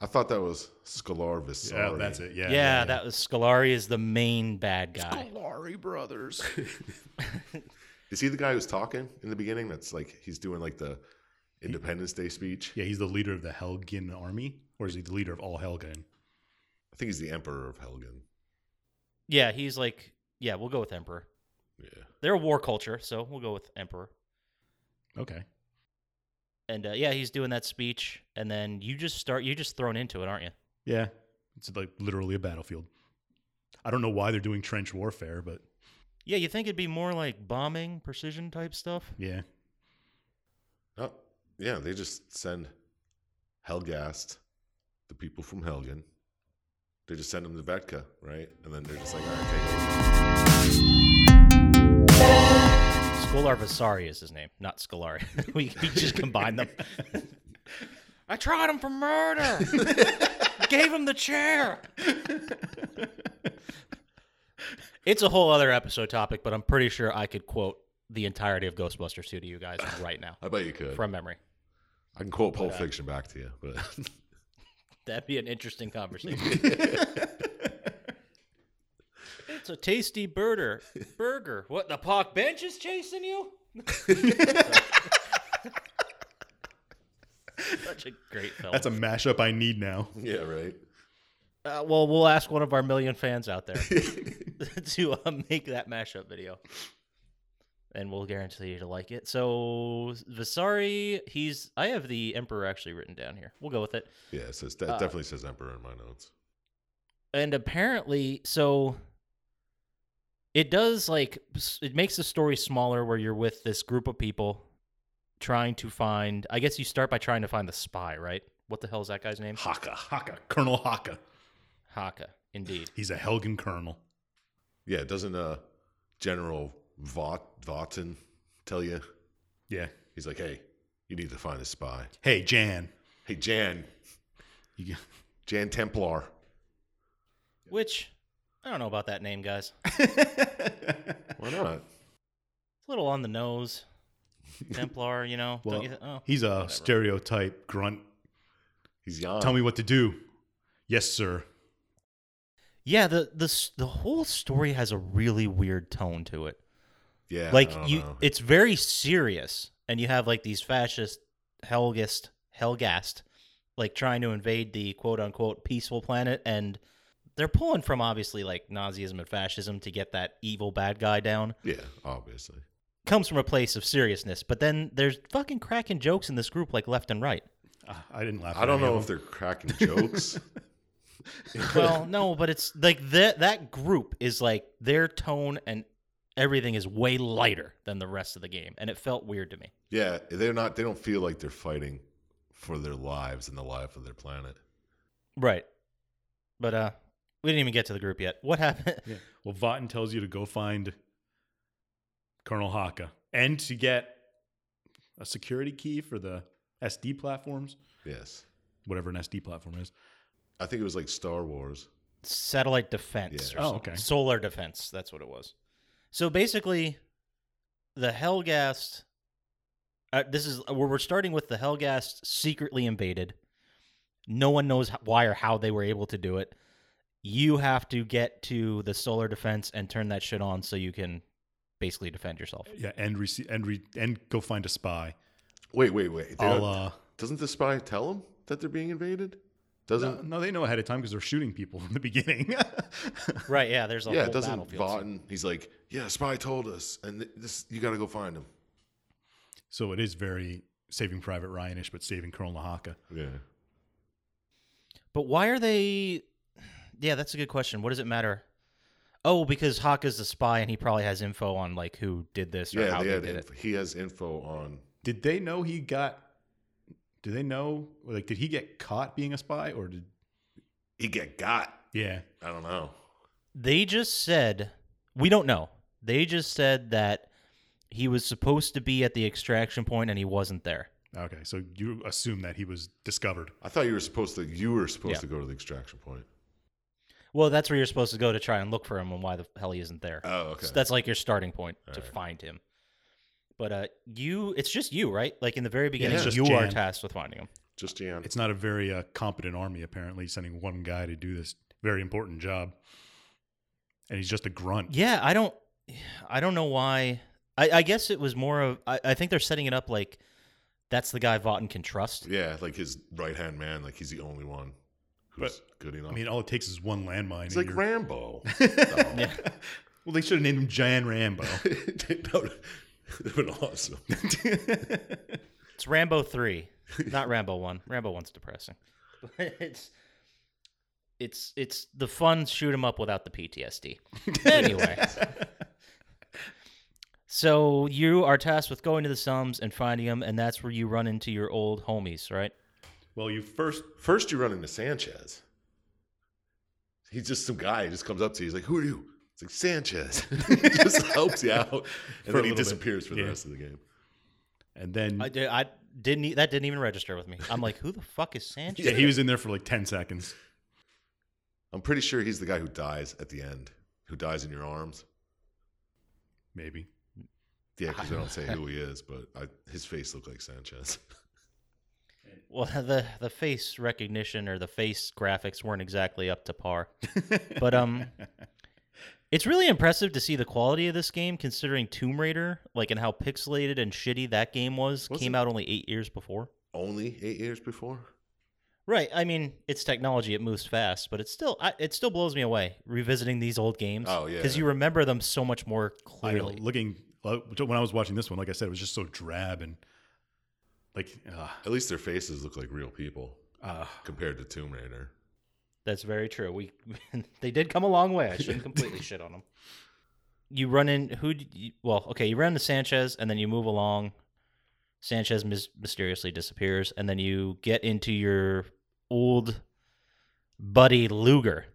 Speaker 3: I thought that was Scalar Visari.
Speaker 1: Yeah, that's it. Yeah.
Speaker 2: yeah, that was Scolari is the main bad guy.
Speaker 1: Glory Brothers.
Speaker 3: Is he the guy who's talking in the beginning? That's like he's doing like the Independence Day speech.
Speaker 1: yeah, he's the leader of the Helgen army, or is he the leader of all Helgen?
Speaker 3: I think he's the Emperor of Helgen.
Speaker 2: Yeah, he's like, yeah, we'll go with Emperor.
Speaker 3: Yeah.
Speaker 2: They're a war culture, so we'll go with Emperor.
Speaker 1: Okay.
Speaker 2: And uh, yeah, he's doing that speech, and then you just start, you just thrown into it, aren't you?
Speaker 1: Yeah, it's like literally a battlefield. I don't know why they're doing trench warfare, but
Speaker 2: Yeah, you think it'd be more like bombing, precision type stuff?
Speaker 1: yeah,
Speaker 3: Oh, yeah. They just send Helgast, the people from Helgen. They just send them to Vetka, right? And then they're just like, all right, take over.
Speaker 2: Skolar Vasari is his name, not Scolari. we, we just combined them. I tried him for murder. Gave him the chair. it's a whole other episode topic, but I'm pretty sure I could quote the entirety of Ghostbusters 2 to you guys right now
Speaker 3: I bet you could.
Speaker 2: from memory.
Speaker 3: I can quote Pulp Fiction back to you, but
Speaker 2: That'd be an interesting conversation. it's a tasty burger. Burger. What the park bench is chasing you? Such a great film.
Speaker 1: that's a mashup I need now.
Speaker 3: yeah, right.
Speaker 2: Uh, well, we'll ask one of our million fans out there to uh, make that mashup video, and we'll guarantee you to like it. So Vasari, he's I have the Emperor actually written down here. We'll go with it.
Speaker 3: Yeah, it says that
Speaker 2: Uh,
Speaker 3: definitely says Emperor in my notes.
Speaker 2: And apparently, so it does like s- it makes the story smaller where you're with this group of people trying to find. I guess you start by trying to find the spy, right? What the hell is that guy's name?
Speaker 1: Haka, Haka, Colonel Haka.
Speaker 2: Haka, indeed.
Speaker 1: He's a Helgen colonel.
Speaker 3: Yeah, doesn't uh General Vaught Vaughton tell you?
Speaker 1: Yeah.
Speaker 3: He's like, hey, you need to find a spy.
Speaker 1: Hey, Jan.
Speaker 3: Hey, Jan,
Speaker 1: You,
Speaker 3: Jan Templar.
Speaker 2: Which I don't know about that name, guys.
Speaker 3: Why not?
Speaker 2: It's a little on the nose. Templar, you know.
Speaker 1: well,
Speaker 2: don't you th- oh,
Speaker 1: he's a
Speaker 2: whatever.
Speaker 1: stereotype grunt.
Speaker 3: He's Jan.
Speaker 1: Tell me what to do. Yes, sir.
Speaker 2: yeah. The the s- the whole story has a really weird tone to it.
Speaker 3: Yeah, I
Speaker 2: like
Speaker 3: don't
Speaker 2: you,
Speaker 3: know.
Speaker 2: it's very serious, and you have like these fascist Helgist Helgast, like trying to invade the quote unquote peaceful planet, and they're pulling from obviously like Nazism and fascism to get that evil bad guy down.
Speaker 3: yeah, obviously.
Speaker 2: Comes from a place of seriousness, but then there's fucking cracking jokes in this group like left and right.
Speaker 1: Uh, I didn't laugh.
Speaker 3: I don't know if they're cracking jokes.
Speaker 2: well, no, but it's like that that group is like their tone and everything is way lighter than the rest of the game, and it felt weird to me.
Speaker 3: yeah, they're not. They don't feel like they're fighting for their lives and the life of their planet.
Speaker 2: Right. But uh we didn't even get to the group yet. What happened?
Speaker 1: Well, Vaughton tells you to go find Colonel Haka, and to get a security key for the SD platforms,
Speaker 3: Yes.
Speaker 1: whatever an SD platform is.
Speaker 3: I think it was like Star Wars.
Speaker 2: satellite defense.
Speaker 3: Yeah.
Speaker 2: Or
Speaker 1: Oh,
Speaker 2: something.
Speaker 1: okay.
Speaker 2: Solar defense. That's what it was. So basically, the Hellgast. Uh, this is where we're starting with the Hellgast secretly invaded. No one knows h- why or how they were able to do it. You have to get to the solar defense and turn that shit on so you can basically defend yourself.
Speaker 1: Yeah, and rece- and re- and go find a spy.
Speaker 3: Wait, wait, wait. They
Speaker 1: I'll,
Speaker 3: don't-
Speaker 1: uh,
Speaker 3: doesn't the spy tell them that they're being invaded? Doesn't
Speaker 1: no, no, they know ahead of time because they're shooting people from the beginning.
Speaker 2: Right? Yeah. There's a
Speaker 3: yeah?
Speaker 2: whole
Speaker 3: Doesn't
Speaker 2: battlefield. scene.
Speaker 3: Vaughn? He's like, yeah, spy told us, and th- this you got to go find him.
Speaker 1: so it is very Saving Private Ryanish, but saving Colonel Haka.
Speaker 3: Yeah.
Speaker 2: But why are they? Yeah, that's a good question. What does it matter? Oh, because Hawk is the spy and he probably has info on like who did this or
Speaker 3: Yeah,
Speaker 2: how
Speaker 3: they
Speaker 2: they,
Speaker 3: had
Speaker 2: did
Speaker 3: info. he has info on.
Speaker 1: Did they know he got? Did they know? Like, did he get caught being a spy, or did?
Speaker 3: He get got.
Speaker 1: Yeah,
Speaker 3: I don't know.
Speaker 2: it. They just said we don't know. They just said that he was supposed to be at the extraction point and he wasn't there.
Speaker 1: Okay, so you assume that he was discovered.
Speaker 3: I thought you were supposed to. You were supposed
Speaker 2: Yeah.
Speaker 3: to go to the extraction point.
Speaker 2: Well, that's where you're supposed to go to try and look for him and why the hell he isn't there.
Speaker 3: Oh, okay.
Speaker 2: So that's like your starting point to
Speaker 3: Alright.
Speaker 2: find him. But uh you it's just you, right? Like in the very beginning,
Speaker 1: it's just
Speaker 2: you are
Speaker 1: Jan.
Speaker 2: tasked with finding him.
Speaker 3: Just Jan.
Speaker 1: It's not a very uh, competent army, apparently, sending one guy to do this very important job. And he's just a grunt.
Speaker 2: Yeah, I don't, I don't know why. I, I guess it was more of. I, I think they're setting it up like that's the guy Vaughton can trust.
Speaker 3: yeah, like his right hand man. Like he's the only one who's good enough.
Speaker 1: I mean, all it takes is one landmine.
Speaker 3: it's
Speaker 1: and
Speaker 3: like
Speaker 1: you're-
Speaker 3: Rambo.
Speaker 2: Yeah.
Speaker 1: well, they should have named him Jan Rambo.
Speaker 3: that would have been awesome.
Speaker 2: It's Rambo three, not Rambo one. Rambo one's depressing. But it's it's it's the fun shoot 'em up without the PTSD. Anyway. So you are tasked with going to the sums and finding them, and that's where you run into your old homies, right?
Speaker 1: well, you first.
Speaker 3: First, you run into Sanchez. He's just some guy. He just comes up to you. He's like, "Who are you?" It's like Sanchez. he just helps you out,
Speaker 1: a
Speaker 3: and then
Speaker 1: little
Speaker 3: he
Speaker 1: bit.
Speaker 3: disappears for the
Speaker 1: Yeah.
Speaker 3: rest of the game.
Speaker 1: And then.
Speaker 2: I, di- I didn't. e- That didn't even register with me. I'm like, who the fuck is Sanchez?
Speaker 1: yeah, he was in there for like 10 seconds.
Speaker 3: I'm pretty sure he's the guy who dies at the end, who dies in your arms.
Speaker 1: Maybe.
Speaker 3: Yeah, because they don't say who he is, but I, his face looked like Sanchez.
Speaker 2: Well, the the face recognition or the face graphics weren't exactly up to par, but um, it's really impressive to see the quality of this game considering Tomb Raider, like and how pixelated and shitty that game was.
Speaker 1: Was
Speaker 2: came
Speaker 1: it?
Speaker 2: out only eight years before.
Speaker 3: Only eight years before.
Speaker 2: Right. I mean, it's technology; it moves fast, but it still I, it still blows me away revisiting these old games.
Speaker 3: Oh, yeah.
Speaker 2: because you remember them so much more
Speaker 1: I know,
Speaker 2: clearly.
Speaker 1: looking. uh, When I was watching this one, like I said, it was just so drab and like. Uh,
Speaker 3: At least their faces look like real people
Speaker 1: uh,
Speaker 3: compared to Tomb Raider.
Speaker 2: That's very true. We they did come a long way. I shouldn't completely shit on them. You run in who? d- You, well, okay, you run into Sanchez, and then you move along. Sanchez mis- mysteriously disappears, and then you get into your old buddy Luger.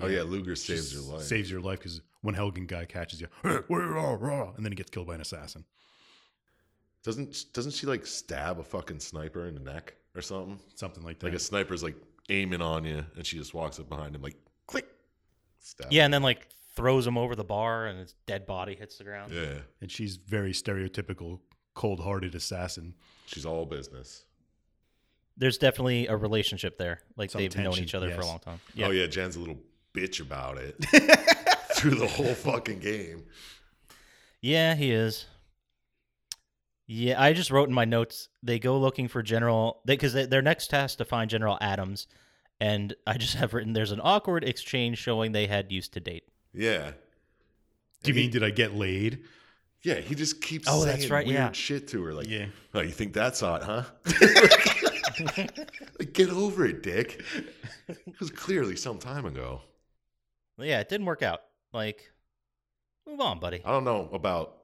Speaker 3: Oh yeah, Luger saves
Speaker 1: just
Speaker 3: your life.
Speaker 1: Saves your life because when Helgen guy catches you, "Hey, we're all raw," and then he gets killed by an assassin.
Speaker 3: doesn't doesn't she like stab a fucking sniper in the neck or something?
Speaker 1: Something like that.
Speaker 3: Like a sniper's like aiming on you, and she just walks up behind him like click. Stab.
Speaker 2: Yeah, and then like throws him over the bar, and his dead body hits the ground.
Speaker 3: yeah.
Speaker 1: and she's very stereotypical cold-hearted assassin.
Speaker 3: She's all business.
Speaker 2: There's definitely a relationship there. Like
Speaker 1: Some
Speaker 2: they've known
Speaker 1: tension,
Speaker 2: each other for
Speaker 1: yes.
Speaker 2: a long time.
Speaker 3: Oh yeah, Jan's a little bitch about it through the whole fucking game.
Speaker 2: Yeah, he is. Yeah, I just wrote in my notes they go looking for General because they, their next task to find General Adams, and I just have written there's an awkward exchange showing they had used to date.
Speaker 3: Yeah.
Speaker 1: Do you mean did I get laid?
Speaker 3: Yeah, he just keeps
Speaker 2: Oh,
Speaker 3: saying
Speaker 2: that's right,
Speaker 3: weird
Speaker 2: yeah.
Speaker 3: shit to her. Like,
Speaker 1: Yeah.
Speaker 3: oh, you think that's hot, huh? like, get over it, dick. It was clearly some time ago.
Speaker 2: But yeah, it didn't work out. Like, move on, buddy.
Speaker 3: I don't know about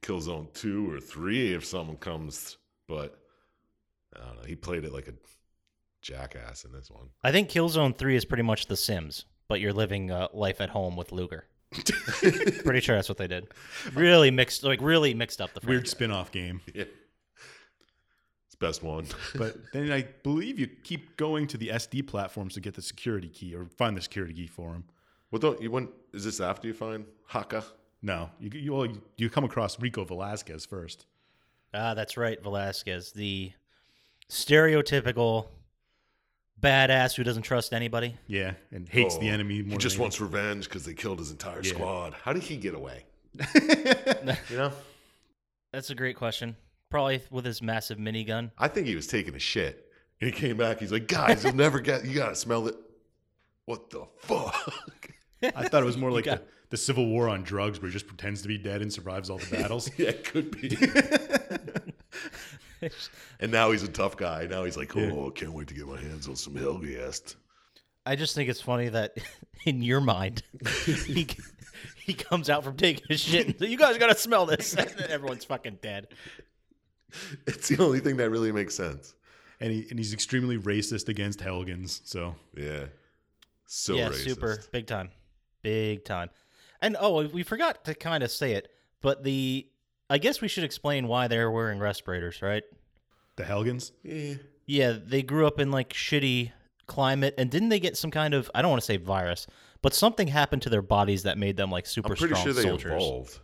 Speaker 3: Killzone 2 or 3 if someone comes, but I don't know. He played it like a jackass in this one.
Speaker 2: I think Killzone Three is pretty much The Sims, but you're living uh, life at home with Luger. Pretty sure that's what they did. Really mixed, like really mixed up the
Speaker 1: Weird
Speaker 2: franchise.
Speaker 1: spin off game.
Speaker 3: Yeah. It's the best one.
Speaker 1: But then I believe you keep going to the SD platforms to get the security key or find the security key for them.
Speaker 3: Well, don't you went? Is this after you find Haka?
Speaker 1: No, you you, well, you come across Rico Velasquez first.
Speaker 2: Ah, that's right, Velasquez, the stereotypical badass who doesn't trust anybody.
Speaker 1: Yeah, and hates the
Speaker 3: Oh,
Speaker 1: enemy more.
Speaker 3: He just
Speaker 1: than
Speaker 3: wants revenge because they killed his entire
Speaker 1: Yeah.
Speaker 3: squad. How did he get away? you know,
Speaker 2: That's a great question. Probably with his massive minigun.
Speaker 3: I think he was taking a shit. And he came back. He's like, guys, you'll never get. You gotta smell it. What the fuck?
Speaker 1: anything. I thought it was more like
Speaker 2: got-
Speaker 1: the, the Civil War on drugs, where he just pretends to be dead and survives all the battles.
Speaker 3: yeah, it could be. and now he's a tough guy. Now he's like, oh,
Speaker 1: Yeah.
Speaker 3: I can't wait to get my hands on some Helgast.
Speaker 2: I just think it's funny that in your mind, he he comes out from taking a shit. And, you guys gotta smell this. And then everyone's fucking dead.
Speaker 3: It's the only thing that really makes sense.
Speaker 1: and he and he's extremely racist against Helgans. So
Speaker 3: Yeah. So
Speaker 2: yeah,
Speaker 3: racist.
Speaker 2: super big time, big time. And oh, we forgot to kind of say it, but the I guess we should explain why they're wearing respirators, right?
Speaker 1: the Helgans,
Speaker 3: Yeah.
Speaker 2: Yeah, they grew up in like shitty climate, and didn't they get some kind of I don't want to say virus, but something happened to their bodies that made them like super
Speaker 3: I'm pretty
Speaker 2: strong
Speaker 3: sure they
Speaker 2: soldiers.
Speaker 3: evolved.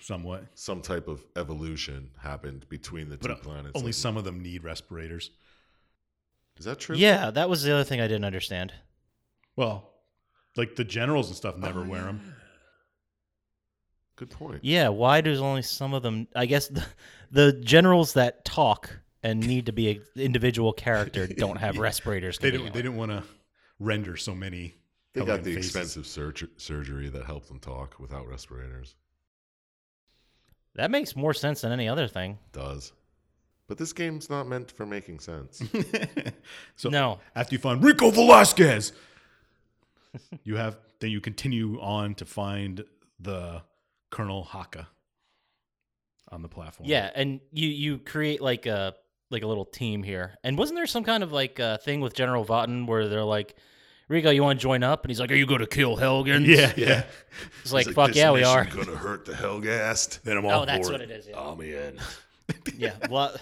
Speaker 1: somewhat,
Speaker 3: Some type of evolution happened between the two
Speaker 2: uh,
Speaker 1: but
Speaker 3: planets.
Speaker 1: only
Speaker 3: Like,
Speaker 1: some of them need respirators.
Speaker 3: Is that true?
Speaker 2: Yeah, that was the other thing I didn't understand.
Speaker 1: Well, like the generals and stuff never wear
Speaker 3: Oh,
Speaker 1: 'em. wear them.
Speaker 3: Good point.
Speaker 2: Yeah, why does only some of them? I guess the, the generals that talk and need to be an individual character don't have respirators.
Speaker 1: They
Speaker 2: coming
Speaker 1: didn't. They
Speaker 2: out.
Speaker 1: didn't want to render so many.
Speaker 3: They got
Speaker 1: Helgan
Speaker 3: the
Speaker 1: faces.
Speaker 3: expensive surger- surgery that helped them talk without respirators.
Speaker 2: That makes more sense than any other thing.
Speaker 3: Does. But this game's not meant for making sense.
Speaker 1: so
Speaker 2: No.
Speaker 1: after you find Rico Velasquez, you have then you continue on to find the Colonel Haka on the platform.
Speaker 2: Yeah, and you you create like a like a little team here. And wasn't there some kind of like uh, thing with General Vaughton where they're like, "Rico, you want to join up?" And he's like, "Are you going to kill Helgen?"
Speaker 1: yeah, yeah.
Speaker 2: it's like, "Fuck yeah, we are."
Speaker 3: Gonna hurt the Helgast.
Speaker 1: Then I'm all
Speaker 2: Oh, that's
Speaker 1: for
Speaker 2: what
Speaker 1: it.
Speaker 2: it is. Yeah,
Speaker 3: I'm in.
Speaker 2: yeah. Well,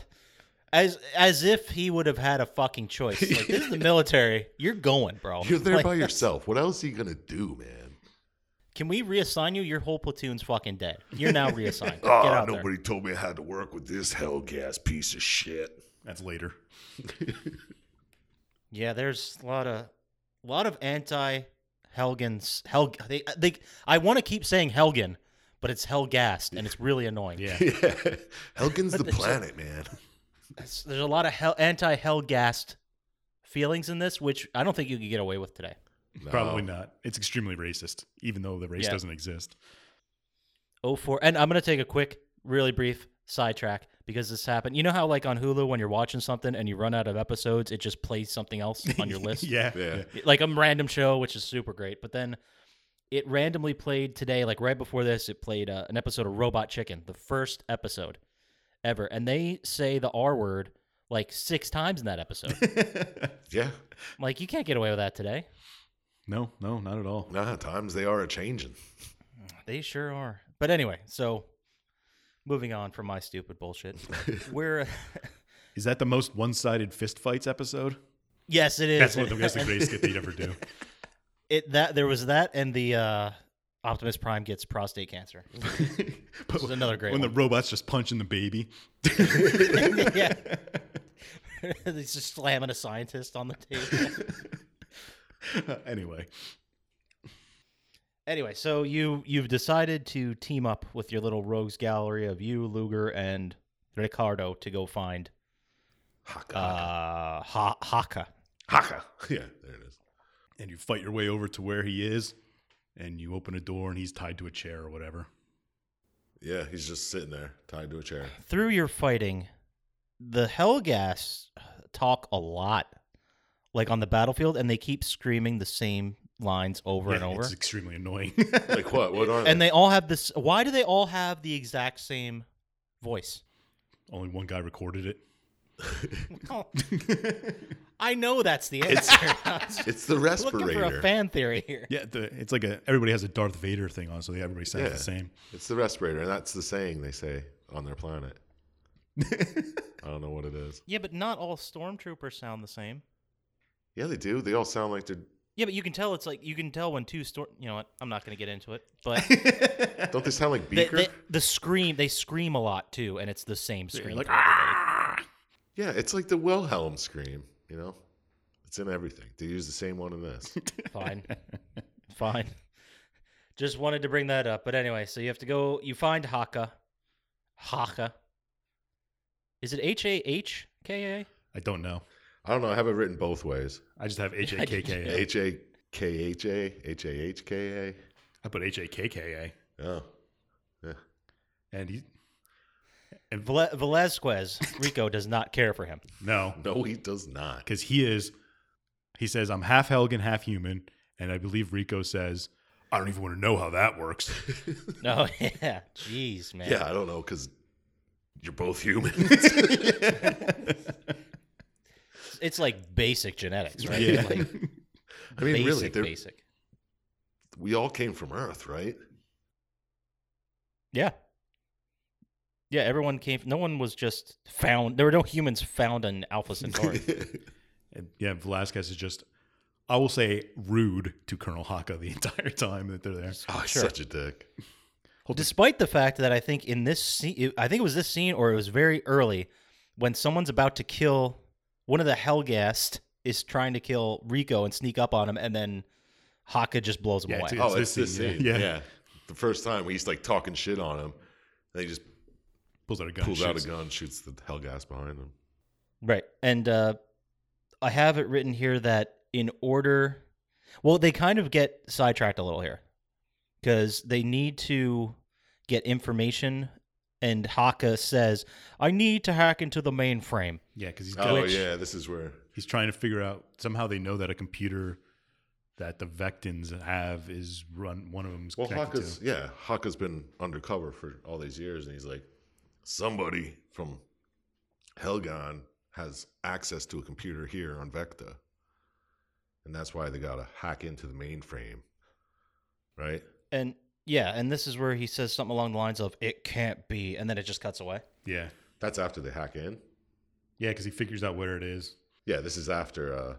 Speaker 2: as as if he would have had a fucking choice. Like this is the military. You're going, bro.
Speaker 3: You're there
Speaker 2: Like,
Speaker 3: by yourself. What else are you gonna do, man?
Speaker 2: Can we reassign you? Your whole platoon's fucking dead. You're now reassigned. Get
Speaker 3: Ah,
Speaker 2: out there.
Speaker 3: nobody told me I had to work with this Helgast piece of shit.
Speaker 1: That's later.
Speaker 2: Yeah, there's a lot of lot of anti Helgens. Hel they uh, they I want to keep saying Helgen, but it's Helgast, and it's really annoying.
Speaker 1: Yeah.
Speaker 3: Yeah, Helgen's the planet, man.
Speaker 2: It's- there's a lot of hel- anti Helgast feelings in this, which I don't think you could get away with today.
Speaker 1: Probably
Speaker 3: Oh.
Speaker 1: not. It's extremely racist, even though the race
Speaker 2: Yeah.
Speaker 1: doesn't exist.
Speaker 2: Oh four, and I'm gonna take a quick, really brief sidetrack because this happened. You know how like on Hulu when you're watching something and you run out of episodes, it just plays something else on your list.
Speaker 1: yeah,
Speaker 3: Yeah.
Speaker 2: like a random show, which is super great. But then it randomly played today, like right before this, it played uh, an episode of Robot Chicken, the first episode ever, and they say the R word like six times in that episode.
Speaker 3: Yeah,
Speaker 2: I'm like you can't get away with that today.
Speaker 1: No, no, not at all.
Speaker 3: nah. Times they are a changing.
Speaker 2: They sure are. But anyway, so moving on from my stupid bullshit, we're
Speaker 1: Is that the most one-sided fist fights episode?
Speaker 2: yes, it is.
Speaker 1: That's one of the, that's the
Speaker 2: And
Speaker 1: greatest skit they'd ever do.
Speaker 2: It that there was that and the. uh Optimus Prime gets prostate cancer.
Speaker 1: But
Speaker 2: is another great
Speaker 1: When
Speaker 2: one.
Speaker 1: the robot's just punching the baby.
Speaker 2: yeah. He's just slamming a scientist on the table.
Speaker 1: anyway,
Speaker 2: Anyway, so you you've decided to team up with your little rogues gallery of you, Luger, and Ricardo to go find
Speaker 3: Haka.
Speaker 2: uh ha- Haka.
Speaker 3: Haka. Yeah, there it is.
Speaker 1: and you fight your way over to where he is, and you open a door, and he's tied to a chair or whatever.
Speaker 3: Yeah, he's just sitting there tied to a chair.
Speaker 2: Through your fighting, the Hellgas talk a lot, like on the battlefield, and they keep screaming the same lines over and
Speaker 1: Yeah,
Speaker 2: over.
Speaker 1: It's extremely annoying.
Speaker 3: Like what? What are they?
Speaker 2: And they all have this. Why do they all have the exact same voice?
Speaker 1: Only one guy recorded it.
Speaker 2: Well, Oh. I know that's the
Speaker 3: It's-
Speaker 2: answer. I was
Speaker 3: It's the
Speaker 2: looking for a
Speaker 3: respirator.
Speaker 2: fan theory here.
Speaker 1: Yeah, the, it's like a everybody has a Darth Vader thing on, so they everybody sounds
Speaker 3: Yeah.
Speaker 1: the same.
Speaker 3: It's the respirator, and that's the saying they say on their planet. I don't know what it is.
Speaker 2: Yeah, but not all stormtroopers sound the same.
Speaker 3: Yeah, they do. They all sound like they're.
Speaker 2: Yeah, but you can tell it's like you can tell when two storm. You know what? I'm not going to get into it, but
Speaker 3: Don't they sound like
Speaker 2: the,
Speaker 3: Beaker?
Speaker 2: the, the scream they scream a lot too, and it's the same
Speaker 1: They're
Speaker 2: scream.
Speaker 1: like,
Speaker 2: for everybody.
Speaker 3: Yeah, it's like the Wilhelm scream. You know, it's in everything. They use the same one in this.
Speaker 2: Fine, fine. Just wanted to bring that up, but anyway, so you have to go. You find Haka. Haka. Is it H A H K A?
Speaker 1: I don't know.
Speaker 3: I don't know. I have it written both ways.
Speaker 1: I just have H
Speaker 2: Yeah,
Speaker 1: A
Speaker 2: I
Speaker 1: K
Speaker 2: did
Speaker 1: K A.
Speaker 3: H a k h a h a h k
Speaker 1: I put H A K K
Speaker 3: a. Oh,
Speaker 1: A, and he
Speaker 2: Vele- Velazquez Rico does not care for him.
Speaker 1: no,
Speaker 3: no, he does not.
Speaker 1: because he is. He says, "I'm half Helgan, half human," and I believe Rico says, "I don't even want to know how that works."
Speaker 2: No, yeah, jeez, man.
Speaker 3: Yeah, I don't know because you're both humans.
Speaker 2: It's like basic genetics, right?
Speaker 1: Yeah.
Speaker 2: Like
Speaker 3: I mean,
Speaker 2: basic,
Speaker 3: really, they're-
Speaker 2: basic.
Speaker 3: we all came from Earth, right?
Speaker 2: Yeah. Yeah, everyone came. No one was just found. There were no humans found in Alpha Centauri.
Speaker 1: And, yeah, Velasquez is just, I will say, rude to Colonel Haka the entire time that they're there.
Speaker 3: oh, he's
Speaker 2: Sure.
Speaker 3: such a dick.
Speaker 2: Despite the fact that I think in this scene, I think it was this scene or it was very early when someone's about to kill one of the Hellgast is trying to kill Rico and sneak up on him, and then Haka just blows him
Speaker 1: Yeah,
Speaker 2: away.
Speaker 1: it's-
Speaker 3: oh, it's this scene. Yeah.
Speaker 1: Yeah.
Speaker 3: The first time he's like talking shit on him, and he just
Speaker 1: Pulls out a gun.
Speaker 3: pulls out
Speaker 1: shoots.
Speaker 3: a gun, shoots the hell gas behind him.
Speaker 2: Right. And uh, I have it written here that in order, well, they kind of get sidetracked a little here because they need to get information. And Haka says, I need to hack into the mainframe.
Speaker 1: Yeah, because he's got,
Speaker 3: Oh
Speaker 2: Which-
Speaker 3: yeah, this is where
Speaker 1: he's trying to figure out somehow they know that a computer that the Vectans have is run. One of them's
Speaker 3: well
Speaker 1: connected
Speaker 3: Hawke's yeah Hawke's been undercover for all these years, and he's like somebody from Helgon has access to a computer here on Vecta, and that's why they gotta hack into the mainframe, right?
Speaker 2: And yeah, and this is where he says something along the lines of, It can't be. And then it just cuts away.
Speaker 1: to. Yeah,
Speaker 3: That's after they hack in.
Speaker 1: yeah, because he figures out where it is.
Speaker 3: Yeah, this is after uh,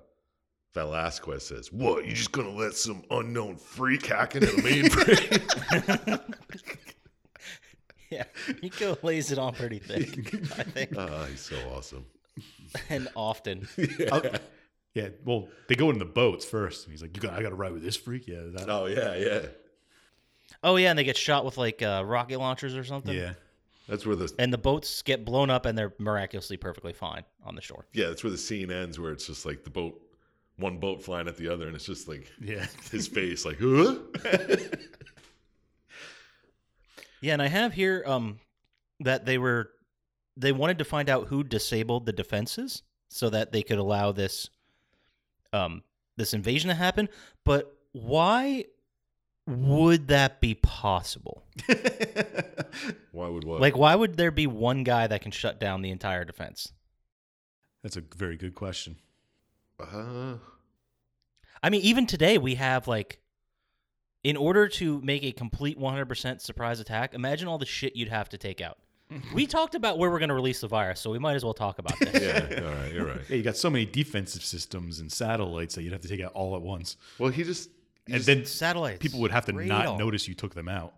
Speaker 3: Velasquez says, "What? You just gonna let some unknown freak hack into the mainframe?"
Speaker 2: Yeah. Rico lays it on pretty thick, I think,
Speaker 3: Ah, he's so awesome.
Speaker 2: and often.
Speaker 1: Oh, yeah, well, they go in the boats first, and he's like, "You got, I got to ride with this freak." Yeah, that,
Speaker 3: Oh yeah, yeah.
Speaker 2: Oh, yeah, and they get shot with like uh, rocket launchers or
Speaker 3: Oh.
Speaker 2: something.
Speaker 1: yeah.
Speaker 3: That's where the
Speaker 2: and the boats get blown up and they're miraculously perfectly fine on the shore.
Speaker 3: yeah, that's where the scene ends, where it's just like the boat, one boat flying at the other, and it's just like
Speaker 1: Yeah,
Speaker 3: his face, like, huh?
Speaker 2: Yeah, and I have here um that they were they wanted to find out who disabled the defenses so that they could allow this um this invasion to happen, but why would that be possible?
Speaker 3: Why would what?
Speaker 2: Like why would there be one guy that can shut down the entire defense?
Speaker 1: that's a very good question.
Speaker 3: uh,
Speaker 2: I mean, even today we have like in order to make a complete 100% surprise attack, imagine all the shit you'd have to take out. we talked about where we're going to release the virus, so we might as well talk about this.
Speaker 3: yeah, all right, you're right.
Speaker 1: Yeah, you got so many defensive systems and satellites that you'd have to take out all at once,
Speaker 3: Well, he just, he
Speaker 1: and
Speaker 3: just-
Speaker 1: then
Speaker 2: Satellites.
Speaker 1: people would have to
Speaker 2: radar.
Speaker 1: not notice you took them out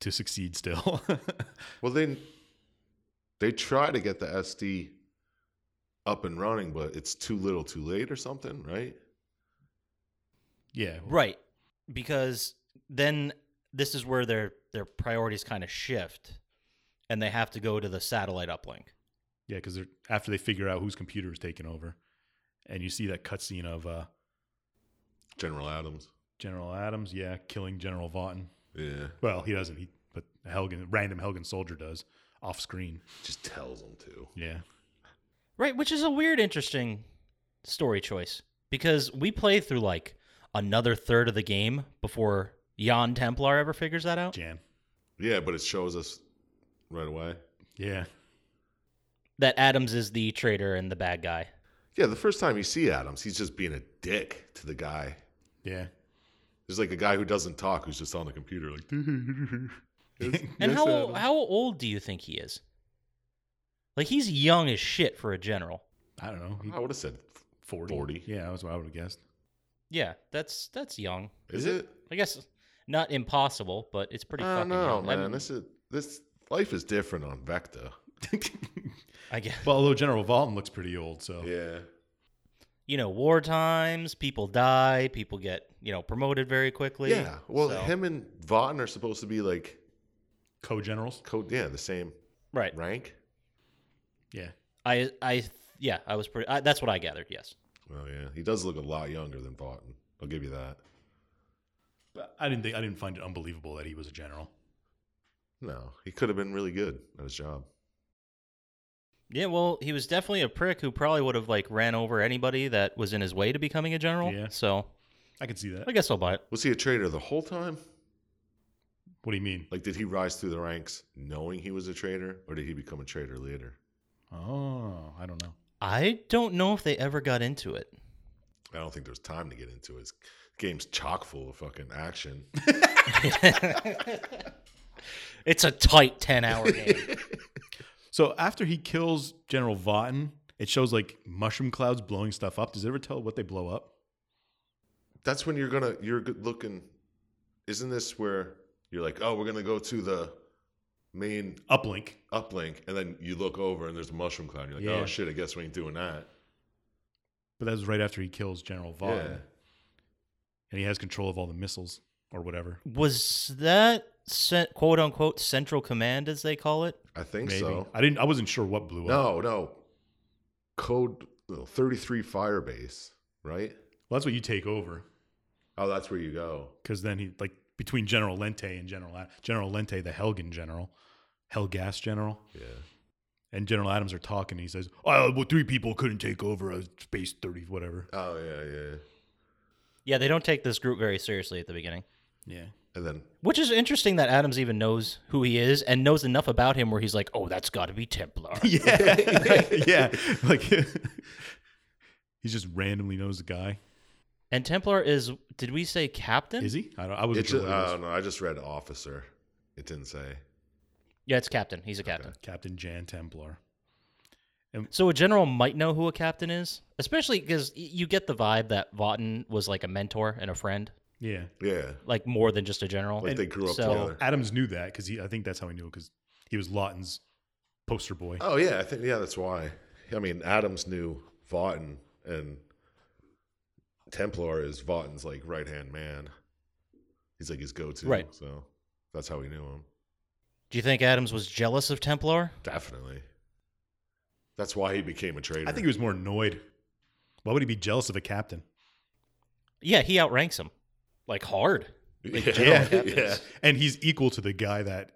Speaker 1: to succeed. Still,
Speaker 3: well, then they try to get the SD up and running, but it's too little, too late, or something, right?
Speaker 1: yeah, well,
Speaker 2: Right. Because then this is where their their priorities kind of shift and they have to go to the satellite uplink.
Speaker 1: yeah, because they're after they figure out whose computer is taking over, and you see that cutscene of uh,
Speaker 3: General Adams.
Speaker 1: General Adams, yeah, killing General Vaughton.
Speaker 3: Yeah,
Speaker 1: Well, he doesn't, he but Helgen, random Helgen soldier does off screen.
Speaker 3: just tells him to.
Speaker 1: Yeah,
Speaker 2: Right, which is a weird, interesting story choice because we play through like another third of the game before Jan Templar ever figures that out.
Speaker 1: Jan,
Speaker 3: Yeah, but it shows us right away.
Speaker 1: yeah,
Speaker 2: That Adams is the traitor and the bad guy.
Speaker 3: Yeah, the first time you see Adams, he's just being a dick to the guy.
Speaker 1: Yeah.
Speaker 3: There's like a guy who doesn't talk who's just on the computer, like. Yes,
Speaker 2: And
Speaker 3: yes,
Speaker 2: how
Speaker 3: Adam.
Speaker 2: how old do you think he is? Like he's young as shit for a general.
Speaker 1: I don't know. He-
Speaker 3: I would have said
Speaker 1: 40.
Speaker 3: 40.
Speaker 1: Yeah, that's what I would have guessed.
Speaker 2: Yeah, that's that's young.
Speaker 3: Is it?
Speaker 2: I guess not impossible, but it's pretty
Speaker 3: I
Speaker 2: fucking
Speaker 3: don't know,
Speaker 2: young. I
Speaker 3: man.
Speaker 2: mean,
Speaker 3: This is this life is different on Vecta.
Speaker 2: I guess
Speaker 1: Well, although General Valton looks pretty old, so
Speaker 3: Yeah,
Speaker 2: you know, war times, people die, people get, you know, promoted very quickly.
Speaker 3: yeah. Well,
Speaker 2: so-
Speaker 3: him and Vaughn are supposed to be like
Speaker 1: co-generals.
Speaker 3: co yeah the same
Speaker 2: Right.
Speaker 3: rank.
Speaker 1: Yeah.
Speaker 2: I I yeah, I was pretty I, that's what I gathered, yes.
Speaker 3: Oh yeah, he does look a lot younger than Vaughn. I'll give you that.
Speaker 1: But I didn't think I didn't find it unbelievable that he was a general.
Speaker 3: No, he could have been really good at his job.
Speaker 2: Yeah, well, he was definitely a prick who probably would have like ran over anybody that was in his way to becoming a general.
Speaker 1: Yeah.
Speaker 2: So,
Speaker 1: I could see that.
Speaker 2: I guess I'll buy it.
Speaker 3: Was he a traitor the whole time?
Speaker 1: What do you mean?
Speaker 3: Like, did he rise through the ranks knowing he was a traitor, or did he become a traitor later?
Speaker 1: Oh, I don't know.
Speaker 2: I don't know if they ever got into it.
Speaker 3: I don't think there's time to get into it. His game's chock full of fucking action.
Speaker 2: It's a tight 10-hour game.
Speaker 1: So after he kills General Vaughton, it shows like mushroom clouds blowing stuff up. Does it ever tell what they blow up?
Speaker 3: That's when you're gonna you're good looking. Isn't this where you're like, oh, we're gonna go to the main
Speaker 1: Uplink.
Speaker 3: uplink, and then you look over and there's a mushroom cloud. And you're like,
Speaker 1: Yeah.
Speaker 3: oh shit, I guess we ain't doing that.
Speaker 1: But that was right after he kills General Vaughn.
Speaker 3: Yeah.
Speaker 1: And he has control of all the missiles or whatever.
Speaker 2: Was that cent- quote unquote central command as they call it?
Speaker 3: I think
Speaker 1: Maybe.
Speaker 3: so.
Speaker 1: I didn't I wasn't sure what blew up.
Speaker 3: No, no. Code no, 33 Firebase, right?
Speaker 1: Well, that's what you take over
Speaker 3: Oh, that's where you go.
Speaker 1: cuz then he like between General Lente and General Ad- General Lente the Helgen general, Helgas general.
Speaker 3: Yeah.
Speaker 1: And General Adams are talking. And he says, "Oh, well, three people couldn't take over a space thirty, whatever."
Speaker 3: Oh, yeah, yeah.
Speaker 2: Yeah, they don't take this group very seriously at the beginning.
Speaker 1: Yeah,
Speaker 3: And then,
Speaker 2: Which is interesting that Adams even knows who he is and knows enough about him where he's like, "Oh, that's got to be Templar."
Speaker 1: yeah, yeah. Like he just randomly knows the guy.
Speaker 2: and Templar is did we say captain?
Speaker 1: Is he? I don't. I wasn't
Speaker 3: it's, uh,
Speaker 1: sure.
Speaker 3: just,
Speaker 1: what he
Speaker 3: I
Speaker 1: was.
Speaker 3: don't know. I just read Officer. It didn't say.
Speaker 2: yeah, it's captain. He's a captain.
Speaker 1: Captain Jan Templar.
Speaker 2: So a general might know who a captain is, especially cuz you get the vibe that Vaughton was like a mentor and a friend,
Speaker 1: Yeah.
Speaker 3: Yeah.
Speaker 2: like more than just a general.
Speaker 3: Like they grew up
Speaker 2: so-
Speaker 3: together.
Speaker 1: Adams knew that because he. I think that's how he knew because he was Lawton's poster boy.
Speaker 3: Oh, yeah. I think, yeah, that's why. I mean, Adams knew Vaughton, and Templar is Vaughton's like right hand man. He's like his go to.
Speaker 2: Right.
Speaker 3: So that's how he knew him.
Speaker 2: Do you think Adams was jealous of Templar?
Speaker 3: Definitely. That's why he became a traitor.
Speaker 1: I think he was more annoyed. Why would he be jealous of a captain?
Speaker 2: Yeah, he outranks him. Like hard. Like general
Speaker 3: yeah,
Speaker 2: captains.
Speaker 3: yeah.
Speaker 1: And he's equal to the guy that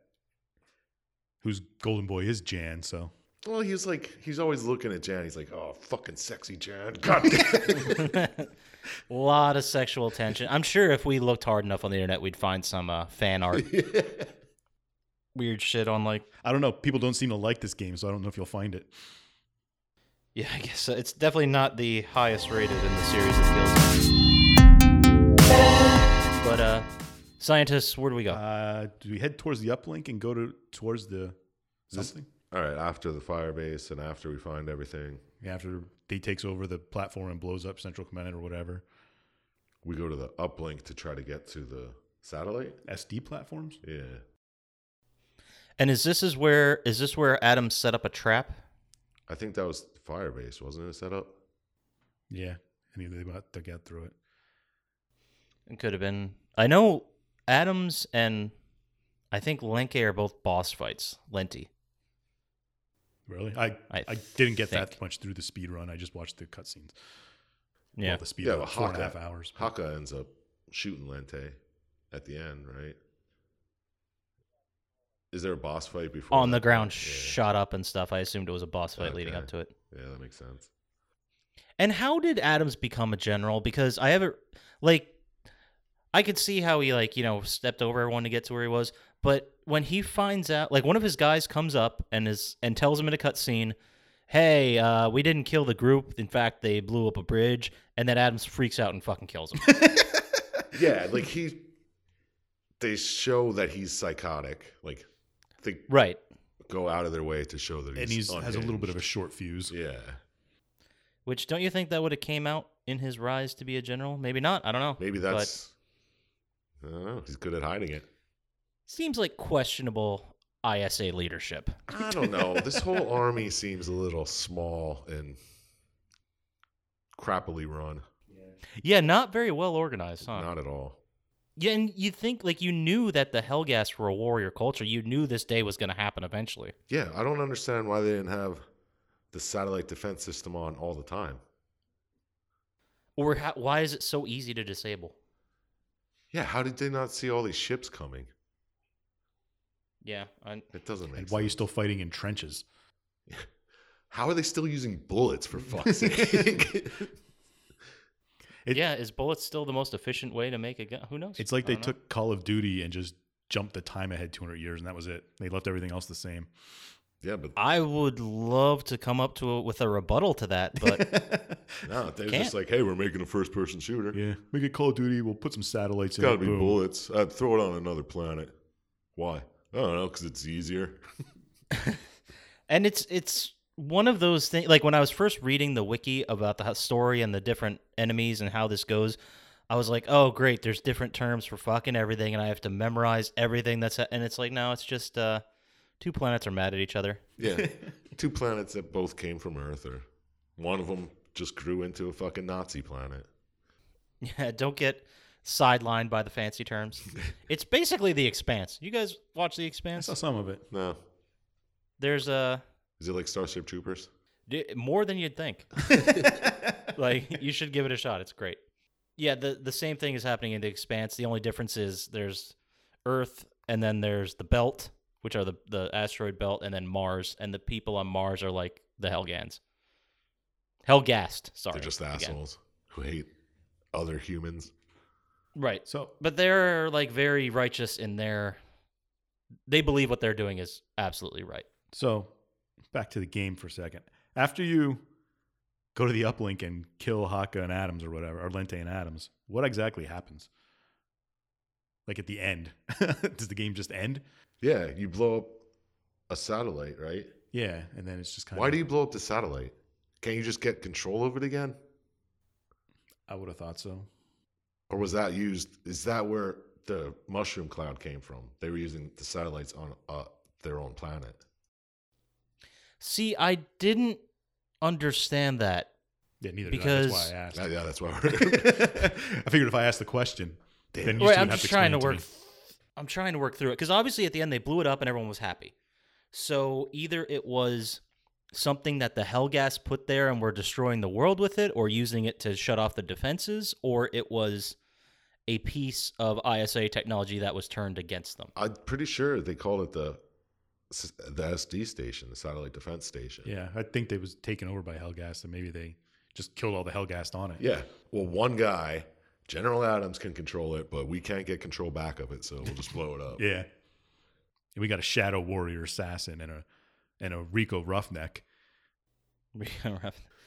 Speaker 1: whose golden boy is Jan. So
Speaker 3: Well, he's like he's always looking at Jan. He's like, "Oh, fucking sexy Jan." God damn.
Speaker 2: lot of sexual tension. I'm sure if we looked hard enough on the internet, we'd find some uh, fan art, weird shit on like.
Speaker 1: I don't know. People don't seem to like this game, so I don't know if you'll find it.
Speaker 2: Yeah, I guess uh, it's definitely not the highest rated in the series of skills. But uh, scientists, where do we go?
Speaker 1: Uh, do we head towards the uplink and go to towards the
Speaker 3: This-
Speaker 1: something?
Speaker 3: All right, after the firebase and after we find everything,
Speaker 1: After he takes over the platform and blows up Central Command or whatever
Speaker 3: we go to the uplink to try to get to the satellite.
Speaker 1: SD platforms.
Speaker 3: Yeah,
Speaker 2: and is this is where is this where Adam set up a trap?
Speaker 3: I think that was the firebase, wasn't it? Set up.
Speaker 1: Yeah, and they got to get through it.
Speaker 2: It could have been. I know Adams and I think Lenke are both boss fights. Lenti.
Speaker 1: Really, I I,
Speaker 2: I
Speaker 1: didn't get that
Speaker 2: think.
Speaker 1: much through the speed run. I just watched the cutscenes.
Speaker 2: Yeah.
Speaker 1: well, the speed
Speaker 3: Yeah,
Speaker 1: run,
Speaker 3: but
Speaker 1: four and a
Speaker 3: Hawkeye-
Speaker 1: half hours.
Speaker 3: Haka ends up shooting Lente at the end, right? Is there a boss fight before
Speaker 2: on the
Speaker 3: that?
Speaker 2: ground,
Speaker 3: Yeah.
Speaker 2: shot up and stuff. I assumed it was a boss fight leading
Speaker 3: Okay.
Speaker 2: up to it.
Speaker 3: Yeah, that makes sense.
Speaker 2: And how did Adams become a general? Because I haven't like I could see how he like, you know, stepped over everyone to get to where he was, but when he finds out like one of his guys comes up and is and tells him in a cutscene hey, uh, we didn't kill the group. In fact, they blew up a bridge. And then Adams freaks out and fucking kills him.
Speaker 3: yeah, like he. They show that he's psychotic. Like they
Speaker 2: right.
Speaker 3: go out of their way to show that he's
Speaker 1: and he's has a little bit of a
Speaker 3: unhinged.
Speaker 1: short fuse.
Speaker 3: yeah.
Speaker 2: Which don't you think that would have came out in his rise to be a general? Maybe not. I don't know.
Speaker 3: Maybe
Speaker 2: But-
Speaker 3: that's. I don't know. He's good at hiding it.
Speaker 2: Seems like questionable ISA leadership.
Speaker 3: I don't know. this whole army seems a little small and crappily run.
Speaker 2: Yeah, not very well organized, huh?
Speaker 3: Not at all.
Speaker 2: Yeah, and you think like you knew that the Hellgas were a warrior culture. You knew this day was going to happen eventually.
Speaker 3: Yeah, I don't understand why they didn't have the satellite defense system on all the time.
Speaker 2: Or how, why is it so easy to disable?
Speaker 3: Yeah, how did they not see all these ships coming?
Speaker 2: Yeah, I,
Speaker 3: It doesn't make
Speaker 1: And why are you
Speaker 3: sense.
Speaker 1: still fighting in trenches?
Speaker 3: How are they still using bullets for fuck's sake?
Speaker 1: It-
Speaker 2: yeah. Is bullets still the most efficient way to make a gun? Who knows?
Speaker 1: It's like
Speaker 2: I
Speaker 1: they
Speaker 3: Uh-huh.
Speaker 2: don't know.
Speaker 1: took Call of Duty and just jumped the time ahead 200 years, and that was it. They left everything else the same.
Speaker 3: yeah, but
Speaker 2: I would love to come up to a, with a rebuttal to that, but
Speaker 3: no, they're
Speaker 2: Can't.
Speaker 3: just like, hey, we're making a first person shooter.
Speaker 1: yeah, make it Call of Duty. We'll put some satellites
Speaker 3: It's
Speaker 1: in.
Speaker 3: got to
Speaker 1: it,
Speaker 3: be
Speaker 1: boom.
Speaker 3: bullets. I'd throw it on another planet. Why? I don't know, because it's easier.
Speaker 2: and it's it's one of those things. Like when I was first reading the wiki about the h- story and the different enemies and how this goes, I was like, oh great, there's different terms for fucking everything, and I have to memorize everything that's. And it's like, no, it's just uh, two planets are mad at each other.
Speaker 3: Yeah. Two planets that both came from Earth, or one of them just grew into a fucking Nazi planet.
Speaker 2: Yeah, don't get sidelined by the fancy terms. it's basically the Expanse. You guys watch the
Speaker 1: I
Speaker 2: Expanse?
Speaker 1: saw some of it.
Speaker 3: No.
Speaker 2: There's a
Speaker 3: Is it like Starship Troopers?
Speaker 2: D- more than you'd think. like you should give it a shot. It's great. Yeah, the the same thing is happening in the Expanse. The only difference is there's Earth and then there's the Belt, which are the the asteroid belt, and then Mars, and the people on Mars are like the Hellgans. Hellgast, sorry.
Speaker 3: They're just
Speaker 2: again.
Speaker 3: assholes who hate other humans.
Speaker 2: Right.
Speaker 1: So
Speaker 2: But they're like very righteous in their they believe what they're doing is absolutely right.
Speaker 1: So back to the game for a second. After you go to the uplink and kill Haka and Adams or whatever, or Lente and Adams, what exactly happens? Like at the end, does the game just end?
Speaker 3: Yeah, you blow up a satellite, right?
Speaker 1: Yeah, and then it's just kind
Speaker 3: Why
Speaker 1: of.
Speaker 3: do you blow up the satellite? Can't you just get control of it again?
Speaker 1: I would have thought so.
Speaker 3: Or was that used? Is that where the mushroom cloud came from? They were using the satellites on uh, their own planet.
Speaker 2: See, I didn't understand that.
Speaker 1: Yeah, neither because
Speaker 2: Because-
Speaker 1: That's why I asked.
Speaker 3: Yeah, yeah, that's why we're.
Speaker 1: I figured if I asked the question, then you
Speaker 2: Wait,
Speaker 1: two
Speaker 2: I'm
Speaker 1: would have
Speaker 2: just
Speaker 1: explain
Speaker 2: trying to
Speaker 1: it
Speaker 2: work
Speaker 1: me.
Speaker 2: I'm trying to work through it because obviously at the end they blew it up and everyone was happy. So either it was something that the Hellgas put there and we're destroying the world with it, or using it to shut off the defenses, or it was a piece of ISA technology that was turned against them.
Speaker 3: I'm pretty sure they called it the s- the SD station, the satellite defense station.
Speaker 1: Yeah, I think they was taken over by Hellgast, and maybe they just killed all the Hellgast on it.
Speaker 3: Yeah. Well, one guy, General Adams, can control it, but we can't get control back of it, so we'll just blow it up.
Speaker 1: Yeah. And we got a Shadow Warrior assassin and a and a Rico Roughneck.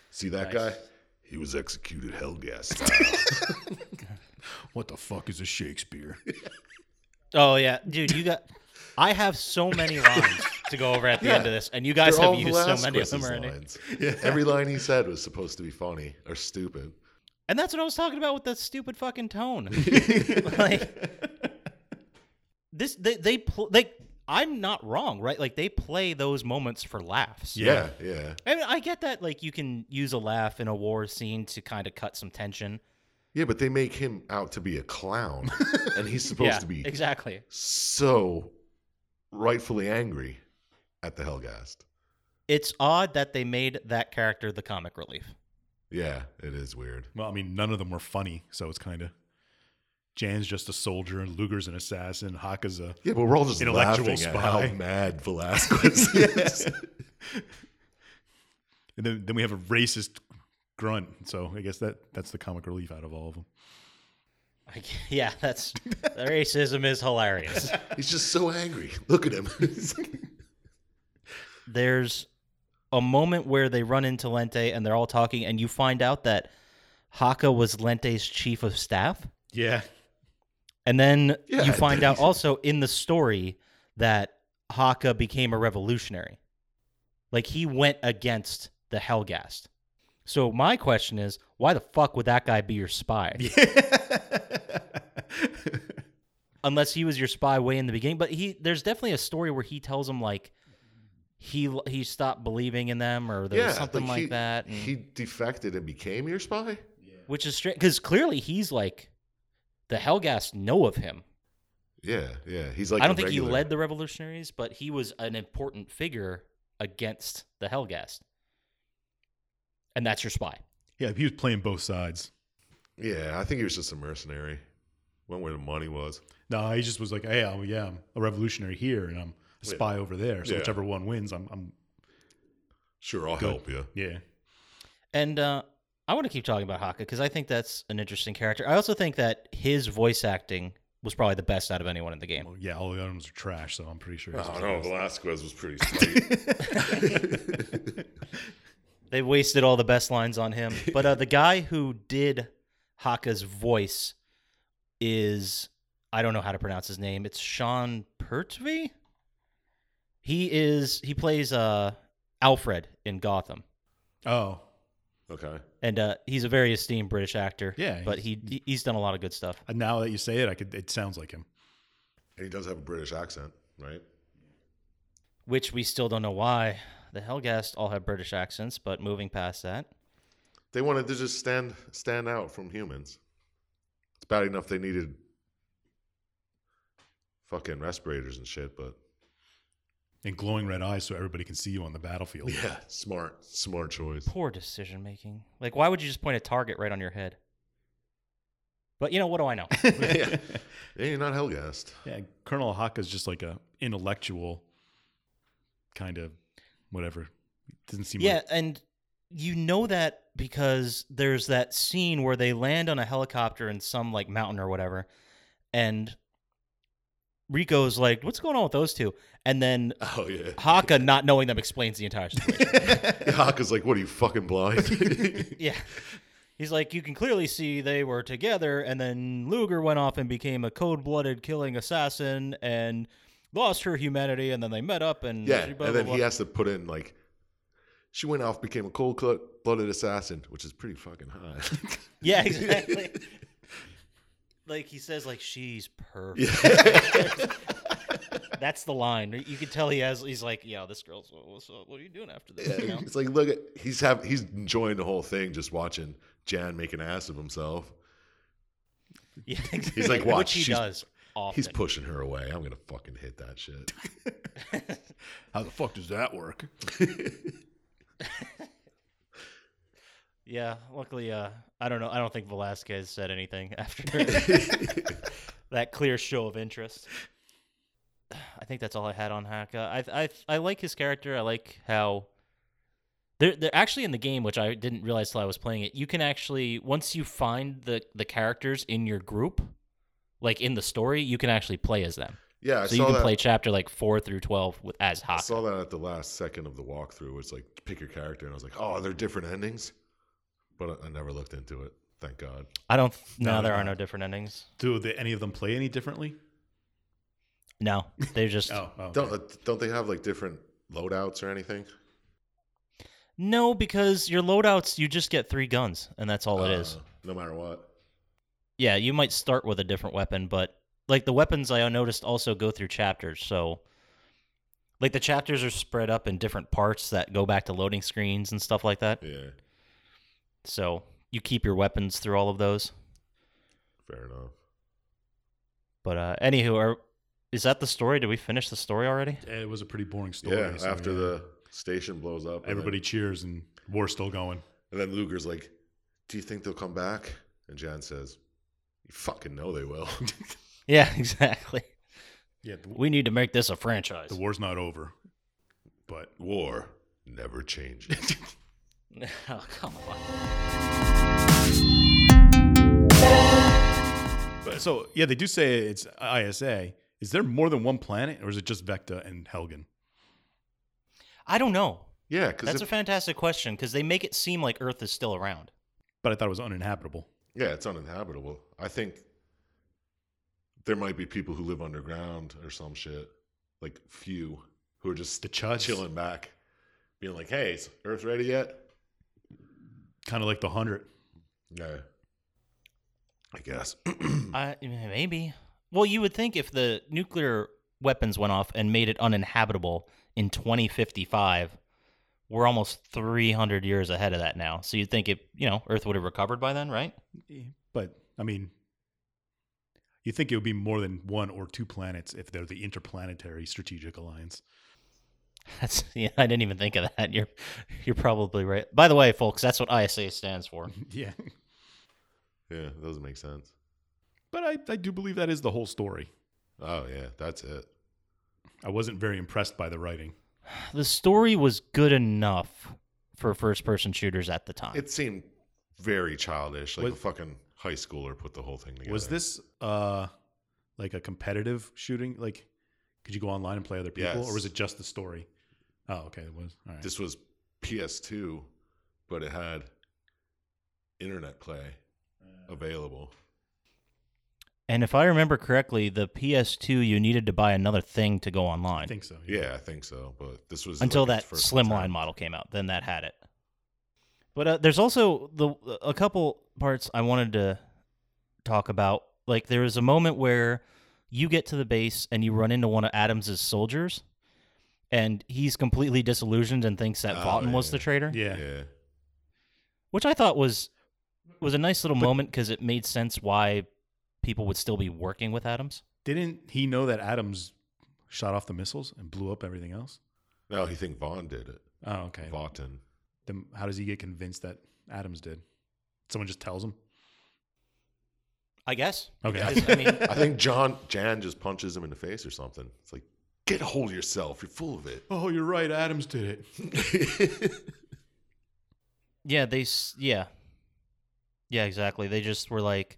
Speaker 3: See
Speaker 2: Nice.
Speaker 3: that guy? He was executed hell gas style.
Speaker 1: What the fuck is a Shakespeare?
Speaker 2: oh yeah, dude, you got. I have so many lines to go over at the end of this, and you guys
Speaker 3: They're all
Speaker 2: have used so many of them
Speaker 3: Velasquez's
Speaker 2: already.
Speaker 3: lines. Every line he said was supposed to be funny or stupid.
Speaker 2: And that's what I was talking about with that stupid fucking tone. like this, they they pl- like I'm not wrong, right? Like they play those moments for laughs.
Speaker 3: Yeah,
Speaker 1: Yeah.
Speaker 3: yeah. Yeah,
Speaker 2: I mean, I get that. Like you can use a laugh in a war scene to kind of cut some tension.
Speaker 3: but they make him out to be a clown, and he's supposed
Speaker 2: yeah,
Speaker 3: to be
Speaker 2: exactly.
Speaker 3: so rightfully angry at the Hellgast.
Speaker 2: It's odd that they made that character the comic relief.
Speaker 3: Yeah, it is weird.
Speaker 1: well, I mean, none of them were funny, so it's kind of Jan's just a soldier, and Luger's an assassin, Haka's a
Speaker 3: Yeah, but we're all just
Speaker 1: Intellectual
Speaker 3: laughing at how
Speaker 1: spy.
Speaker 3: mad Velasquez is.
Speaker 1: and then, then we have a racist grunt. So I guess that that's the comic relief out of all of them.
Speaker 2: Like, yeah, that's the racism is hilarious.
Speaker 3: He's just so angry. Look at him.
Speaker 2: there's a moment where they run into Lente and they're all talking, and you find out that Haka was Lente's chief of staff.
Speaker 1: Yeah.
Speaker 2: And then
Speaker 3: Yeah,
Speaker 2: you find out
Speaker 3: he's-
Speaker 2: also in the story that Haka became a revolutionary. Like he went against the Hellgast. So my question is, why the fuck would that guy be your spy? Unless he was your spy way in the beginning, but he there's definitely a story where he tells him like he he stopped believing in them or there was something like
Speaker 3: he-
Speaker 2: that. and-
Speaker 3: He defected and became your spy.
Speaker 2: which is strange because clearly he's like the Hellgast know of him.
Speaker 3: Yeah, yeah. He's like
Speaker 2: I
Speaker 3: a
Speaker 2: don't think
Speaker 3: regular-
Speaker 2: he led the revolutionaries, but he was an important figure against the Hellgast, and that's your spy.
Speaker 1: Yeah, he was playing both sides.
Speaker 3: Yeah, I think he was just a mercenary. Went where the money was.
Speaker 1: No, he just was like, hey, I'm, yeah, I'm a revolutionary here and I'm a
Speaker 3: Yeah.
Speaker 1: spy over there. So
Speaker 3: Yeah.
Speaker 1: whichever one wins, I'm, I'm
Speaker 3: Sure, I'll
Speaker 1: Good.
Speaker 3: help you.
Speaker 1: yeah.
Speaker 2: And uh, I want to keep talking about Haka because I think that's an interesting character. I also think that his voice acting was probably the best out of anyone in the game.
Speaker 1: Well, yeah, all the items are trash, so I'm pretty sure. he's
Speaker 3: Oh
Speaker 1: just-
Speaker 3: no, Velasquez was pretty sweet.
Speaker 2: They wasted all the best lines on him. But uh, the guy who did Haka's voice is I don't know how to pronounce his name. It's Sean Pertwee. He is he plays uh Alfred in Gotham.
Speaker 1: Oh,
Speaker 3: okay.
Speaker 2: And uh, he's a very esteemed British actor.
Speaker 1: Yeah,
Speaker 2: But he he- he's done a lot of good stuff.
Speaker 1: and now that you say it, I could. It sounds like him.
Speaker 3: And he does have a British accent, right?
Speaker 2: Which we still don't know why. The Hellgast all have British accents, but moving past that.
Speaker 3: They wanted to just stand stand out from humans. It's bad enough they needed fucking respirators and shit, but
Speaker 1: And glowing red eyes, so everybody can see you on the battlefield.
Speaker 3: yeah, smart, smart choice.
Speaker 2: poor decision making. Like, why would you just point a target right on your head? But you know, what do I know?
Speaker 3: yeah. yeah, you're not Hellgast.
Speaker 1: Yeah, Colonel Haka's just like a intellectual kind of whatever. Doesn't seem
Speaker 2: yeah,
Speaker 1: like
Speaker 2: and you know that because there's that scene where they land on a helicopter in some like mountain or whatever, and Rico's like, "What's going on with those two? And then
Speaker 3: Oh yeah.
Speaker 2: Haka, not knowing them, explains the entire situation.
Speaker 3: Haka's like, what are you fucking blind?
Speaker 2: yeah. He's like, you can clearly see they were together, and then Luger went off and became a cold blooded killing assassin and lost her humanity, and then they met up and
Speaker 3: yeah,
Speaker 2: blah, blah,
Speaker 3: and then
Speaker 2: blah.
Speaker 3: he has to put in like, she went off, became a cold blooded assassin, which is pretty fucking hot.
Speaker 2: yeah, exactly. like he says, like she's perfect. That's the line. You can tell he has. He's like, yeah, this girl's. uh, What's up? What are you doing after this? You know?
Speaker 3: it's like look, at, he's have he's enjoying the whole thing, just watching Jan make an ass of himself.
Speaker 2: Yeah,
Speaker 3: He's like,
Speaker 2: which
Speaker 3: watch,
Speaker 2: he
Speaker 3: she's-
Speaker 2: does. Often.
Speaker 3: He's pushing her away. I'm gonna fucking hit that shit.
Speaker 1: how the fuck does that work?
Speaker 2: Yeah, luckily, uh, I don't know. I don't think Velasquez said anything after that clear show of interest. I think that's all I had on Haka. I I I like his character. I like how they're they're actually in the game, which I didn't realize till I was playing it. You can actually once you find the the characters in your group, like in the story, you can actually play as them.
Speaker 3: Yeah, I
Speaker 2: so
Speaker 3: saw
Speaker 2: you can
Speaker 3: that.
Speaker 2: play chapter like four through twelve with as
Speaker 3: I
Speaker 2: Haka.
Speaker 3: saw that at the last second of the walkthrough. It's like pick your character, and I was like, oh, they're different endings, but I, I never looked into it. Thank God.
Speaker 2: I don't.
Speaker 1: No,
Speaker 2: No, there
Speaker 1: no,
Speaker 2: are
Speaker 1: no.
Speaker 2: no different endings.
Speaker 1: Do the, any of them play any differently?
Speaker 2: No, they're just.
Speaker 1: Oh, oh, okay.
Speaker 3: Don't uh, don't they have like different loadouts or anything?
Speaker 2: No, because your loadouts, you just get three guns, and that's all Oh, it is.
Speaker 3: Uh, No matter what.
Speaker 2: Yeah, you might start with a different weapon, but like the weapons I noticed also go through chapters. So, like the chapters are spread up in different parts that go back to loading screens and stuff like that.
Speaker 3: Yeah,
Speaker 2: So, you keep your weapons through all of those.
Speaker 3: fair enough.
Speaker 2: But, uh, anywho, are, is that the story? Did we finish the story already?
Speaker 1: It was a pretty boring story.
Speaker 3: yeah,
Speaker 1: so,
Speaker 3: after
Speaker 1: yeah.
Speaker 3: the station blows up, and then-
Speaker 1: everybody cheers and war's still going.
Speaker 3: and then, Luger's like, "Do you think they'll come back?" And Jan says, "You fucking know they will."
Speaker 2: Yeah, exactly.
Speaker 1: Yeah, the,
Speaker 2: We need to make this a franchise.
Speaker 1: the war's not over, but
Speaker 3: War never changes.
Speaker 2: oh, come on.
Speaker 1: So yeah, they do say it's ISA. Is there more than one planet, or is it just Vecta and Helgen?
Speaker 2: I don't know.
Speaker 3: Yeah, because
Speaker 2: That's a fantastic question because they make it seem like Earth is still around.
Speaker 1: But I thought it was uninhabitable.
Speaker 3: yeah, it's uninhabitable. I think there might be people who live underground or some shit, like few who are just
Speaker 1: The chuds.
Speaker 3: chilling back, being like, "Hey, is Earth ready yet?"
Speaker 1: Kind of like the 100.
Speaker 3: Yeah, I guess.
Speaker 2: I maybe. Well, you would think if the nuclear weapons went off and made it uninhabitable in 2055, we're almost 300 years ahead of that now. So you'd think it, you know, Earth would have recovered by then, right?
Speaker 1: But, I mean, you think it would be more than one or two planets if they're the interplanetary strategic alliance.
Speaker 2: That's yeah. I didn't even think of that. You're you're probably right. By the way, folks, that's what ISA stands for.
Speaker 1: yeah.
Speaker 3: yeah, that doesn't make sense.
Speaker 1: But I, I do believe that is the whole story.
Speaker 3: Oh yeah, that's it.
Speaker 1: I wasn't very impressed by the writing.
Speaker 2: The story was good enough for first-person shooters at the time.
Speaker 3: It seemed very childish, like
Speaker 1: Was-
Speaker 3: a fucking high schooler put the whole thing together.
Speaker 1: Was this uh like a competitive shooting? Like, could you go online and play other people,
Speaker 3: Yes.
Speaker 1: or was it just the story? Oh, okay, it was. All right.
Speaker 3: This was PS2, but it had internet play
Speaker 1: Uh.
Speaker 3: available.
Speaker 2: and if I remember correctly, the PS2 you needed to buy another thing to go online.
Speaker 1: I think so.
Speaker 3: Yeah, I think so. But this was
Speaker 2: until
Speaker 3: like
Speaker 2: that
Speaker 3: its first
Speaker 2: slimline
Speaker 3: attempt.
Speaker 2: model came out. Then that had it. But uh, there's also the a couple parts I wanted to talk about. Like there is a moment where you get to the base and you run into one of Adams's soldiers, and he's completely disillusioned and thinks that
Speaker 3: Oh,
Speaker 2: Vaughton was the
Speaker 3: yeah.
Speaker 2: traitor,
Speaker 1: Yeah.
Speaker 3: Yeah,
Speaker 2: which I thought was was a nice little moment because it made sense why people would still be working with Adams.
Speaker 1: Didn't he know that Adams shot off the missiles and blew up everything else?
Speaker 3: no, he think Vaughn did it.
Speaker 1: Oh, okay.
Speaker 3: Vaughton.
Speaker 1: Then how does he get convinced that Adams did? Someone just tells him.
Speaker 2: I guess.
Speaker 1: Okay.
Speaker 2: Because, I mean,
Speaker 3: I think John Jan just punches him in the face or something. It's like, get a hold of yourself. You're full of it.
Speaker 1: Oh, you're right. Adams did it.
Speaker 2: Yeah, they s- yeah. Yeah, exactly. They just were like,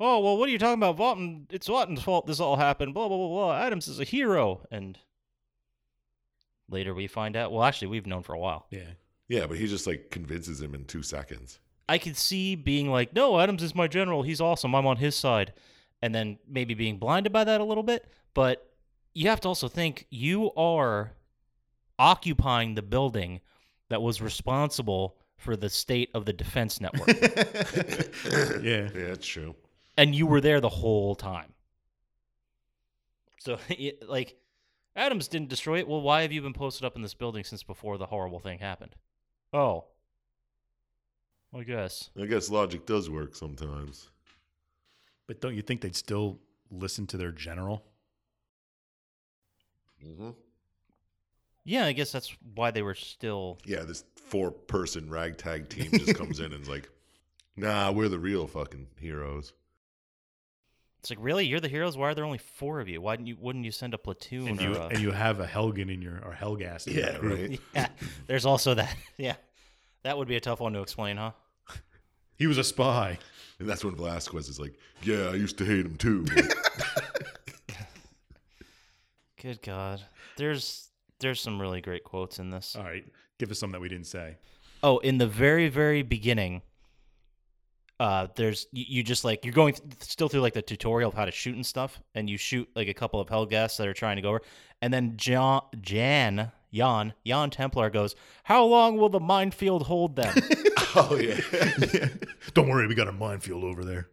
Speaker 2: "Oh, well, what are you talking about? Vaughton, it's Vaughton's fault this all happened. Blah blah blah blah. Adams is a hero." And later we find out, well, actually we've known for a while.
Speaker 1: Yeah.
Speaker 3: yeah, but he just like convinces him in two seconds.
Speaker 2: I could see being like, "No, Adams is my general. He's awesome. I'm on his side." And then maybe being blinded by that a little bit, but you have to also think you are occupying the building that was responsible for the state of the defense network.
Speaker 1: Yeah.
Speaker 3: yeah, that's true.
Speaker 2: and you were there the whole time. So, it- like, Adams didn't destroy it. Well, why have you been posted up in this building since before the horrible thing happened? Oh, I guess.
Speaker 3: I guess logic does work sometimes.
Speaker 1: But don't you think they'd still listen to their general?
Speaker 3: Mm-hmm.
Speaker 2: Yeah, I guess that's why they were still.
Speaker 3: Yeah, this four person ragtag team just comes in and is like, nah, we're the real fucking heroes.
Speaker 2: It's like, really, you're the heroes. Why are there only four of you? Why didn't you? Wouldn't you send a platoon?
Speaker 1: And
Speaker 2: or
Speaker 1: you
Speaker 2: a...
Speaker 1: and you have a Helgen in your or Helgas. In your group.
Speaker 3: right.
Speaker 2: Mm-hmm. Uh-huh. yeah, there's also that. Yeah, that would be a tough one to explain, huh?
Speaker 1: He was a spy.
Speaker 3: And that's when Velasquez is like, yeah, I used to hate him too. but
Speaker 2: Good God, there's there's some really great quotes in this.
Speaker 1: All right, give us some that we didn't say.
Speaker 2: Oh, in the very very beginning, uh, there's you, you just like you're going th- still through like the tutorial of how to shoot and stuff, and you shoot like a couple of Hellgas that are trying to go over, and then John Jan Jan Jan Templar goes, "How long will the minefield hold them?"
Speaker 3: oh, yeah.
Speaker 1: Don't worry, we got a minefield over there.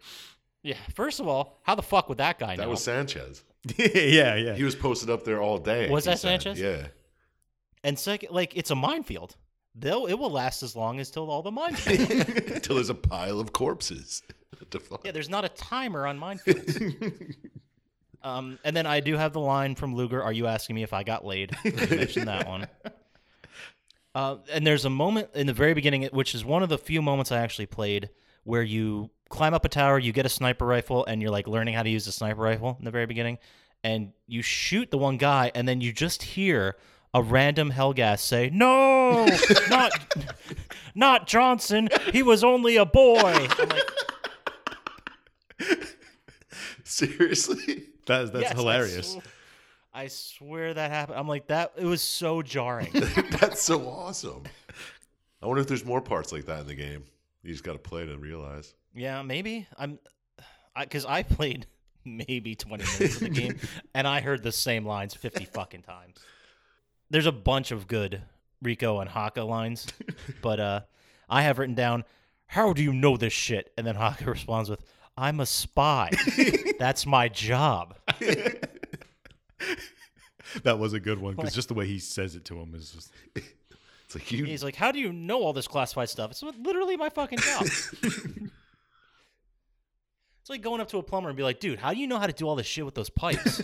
Speaker 2: yeah, first of all, how the fuck would that guy
Speaker 3: That
Speaker 2: know?
Speaker 3: was Sanchez.
Speaker 1: yeah, yeah.
Speaker 3: He was posted up there all day.
Speaker 2: Was
Speaker 3: he
Speaker 2: that
Speaker 3: said.
Speaker 2: Sanchez?
Speaker 3: Yeah.
Speaker 2: and second, like it's a minefield. They'll it will last as long as till all the minefield.
Speaker 3: Until there's a pile of corpses. What the fuck?
Speaker 2: yeah, there's not a timer on minefields. um, and then I do have the line from Luger, "Are you asking me if I got laid?" You mentioned that one. Uh, and there's a moment in the very beginning, which is one of the few moments I actually played, where you climb up a tower, you get a sniper rifle, and you're like learning how to use the sniper rifle in the very beginning, and you shoot the one guy, and then you just hear a random Hellgas say, "No, not, not Johnson. He was only a boy." I'm like,
Speaker 3: Seriously?
Speaker 1: That- that's
Speaker 2: Yes, I
Speaker 1: hilarious.
Speaker 2: sw- I, I swear that happened. I'm like that. It was so jarring.
Speaker 3: That's so awesome. I wonder if there's more parts like that in the game. You just got to play to realize.
Speaker 2: yeah, maybe I'm, because I, played maybe 20 minutes of the game, and I heard the same lines 50 fucking times. There's a bunch of good Rico and Haka lines, but uh, I have written down, "How do you know this shit?" And then Haka responds with, "I'm a spy. That's my job."
Speaker 1: That was a good one because just the way he says it to him is just
Speaker 3: It's like you.
Speaker 2: He's like, "How do you know all this classified stuff?" It's literally my fucking job. it's like going up to a plumber and be like, "Dude, how do you know how to do all this shit with those pipes?"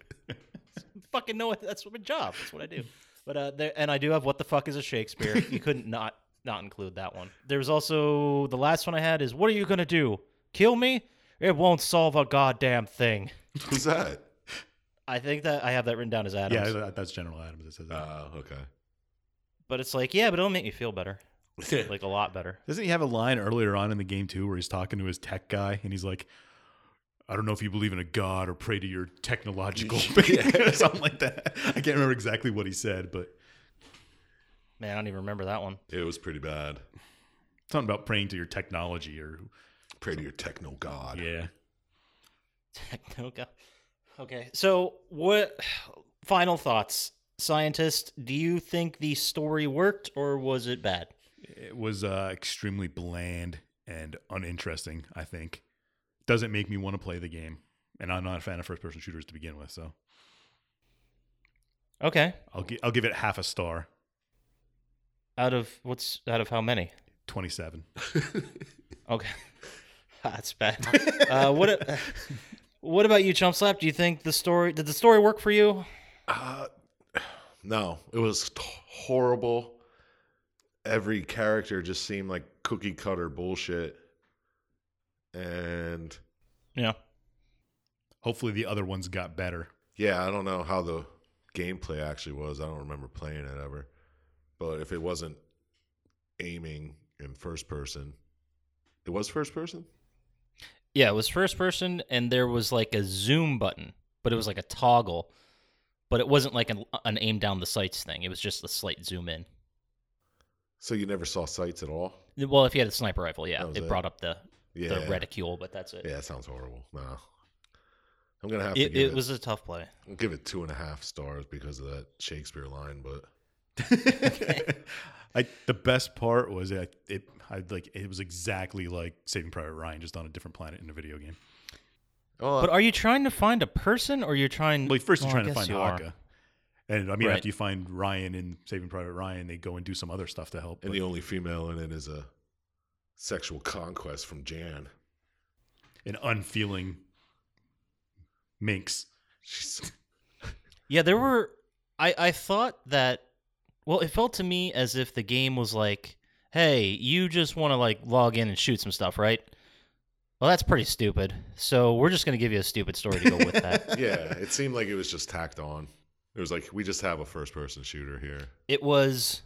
Speaker 2: fucking know it. That's my job. That's what I do. But uh, there, and I do have "What the fuck is a Shakespeare?" You couldn't not not include that one. There was also the last one I had is, "What are you gonna do? Kill me? It won't solve a goddamn thing."
Speaker 3: Who's that?
Speaker 2: I think that I have that written down as Adams.
Speaker 1: yeah. that- That's General Adams that says that.
Speaker 3: Ah,
Speaker 2: but it's like, yeah, but it'll make me feel better,
Speaker 3: okay.
Speaker 2: like a lot better.
Speaker 1: Doesn't he have a line earlier on in the game too where he's talking to his tech guy and he's like, I don't know if you believe in a god or pray to your technological
Speaker 3: Yeah.
Speaker 1: or something like that. I can't remember exactly what he said, but
Speaker 2: Man, I don't even remember that one.
Speaker 3: it was pretty bad.
Speaker 1: something about praying to your technology or
Speaker 3: Pray to your techno god.
Speaker 1: yeah.
Speaker 2: Techno god. Okay. So, what final thoughts, scientist? Do you think the story worked or was it bad?
Speaker 1: It was uh, extremely bland and uninteresting, I think. Doesn't make me want to play the game. And I'm not a fan of first person shooters to begin with, so
Speaker 2: Okay.
Speaker 1: I'll, gi- I'll give it half a star,
Speaker 2: Out of what's out of how many?
Speaker 1: 27.
Speaker 2: Okay. That's bad. uh, what? What about you, Chump Slap? Do you think the story did the story work for you?
Speaker 3: Uh, no, it was t- horrible. Every character just seemed like cookie cutter bullshit. And
Speaker 2: Yeah.
Speaker 1: Hopefully the other ones got better.
Speaker 3: yeah, I don't know how the gameplay actually was. I don't remember playing it ever. But if it wasn't aiming in first person, it was first person?
Speaker 2: Yeah, it was first person, and there was like a zoom button, but it was like a toggle, but it wasn't like an, an aim down the sights thing. It was just a slight zoom in.
Speaker 3: So you never saw sights at all?
Speaker 2: Well, if you had a sniper rifle, yeah,
Speaker 3: That was
Speaker 2: it,
Speaker 3: it.
Speaker 2: brought up the,
Speaker 3: Yeah.
Speaker 2: the reticule, but that's it.
Speaker 3: Yeah, it sounds horrible. No. I'm going to have to
Speaker 2: It,
Speaker 3: give
Speaker 2: it was a tough play.
Speaker 3: I'll give it two and a half stars because of that Shakespeare line, but
Speaker 1: I the best part was it, it I like it was exactly like Saving Private Ryan just on a different planet in a video game.
Speaker 3: oh,
Speaker 2: But uh, are you trying to find a person, or you're trying?
Speaker 1: Like first
Speaker 2: Well,
Speaker 1: you're
Speaker 2: I
Speaker 1: trying to find
Speaker 2: guess you are.
Speaker 1: Haka. And I mean
Speaker 2: Right.
Speaker 1: after you find Ryan in Saving Private Ryan, they go and do some other stuff to help.
Speaker 3: and
Speaker 1: but-
Speaker 3: the only female in it is a sexual conquest from Jan.
Speaker 1: an unfeeling minx.
Speaker 3: She's
Speaker 2: Yeah, there were. I I thought that. Well, it felt to me as if the game was like, "Hey, you just want to like log in and shoot some stuff, right?" Well, that's pretty stupid. So we're just gonna give you a stupid story to go with that.
Speaker 3: yeah, it seemed like it was just tacked on. It was like we just have a first person shooter here.
Speaker 2: It was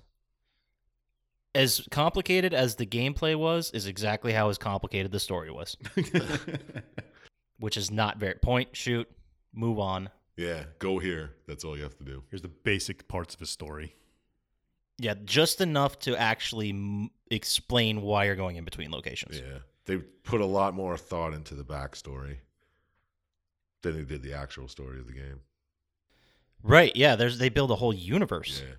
Speaker 2: as complicated as the gameplay was. Is exactly how as complicated the story was. which is not very point shoot move on
Speaker 3: Yeah, go here. That's all you have to do.
Speaker 1: Here's the basic parts of his story.
Speaker 2: yeah just enough to actually m- explain why you're going in between locations
Speaker 3: Yeah. They put a lot more thought into the backstory than they did the actual story of the game.
Speaker 2: right yeah there's they build a whole universe
Speaker 3: Yeah.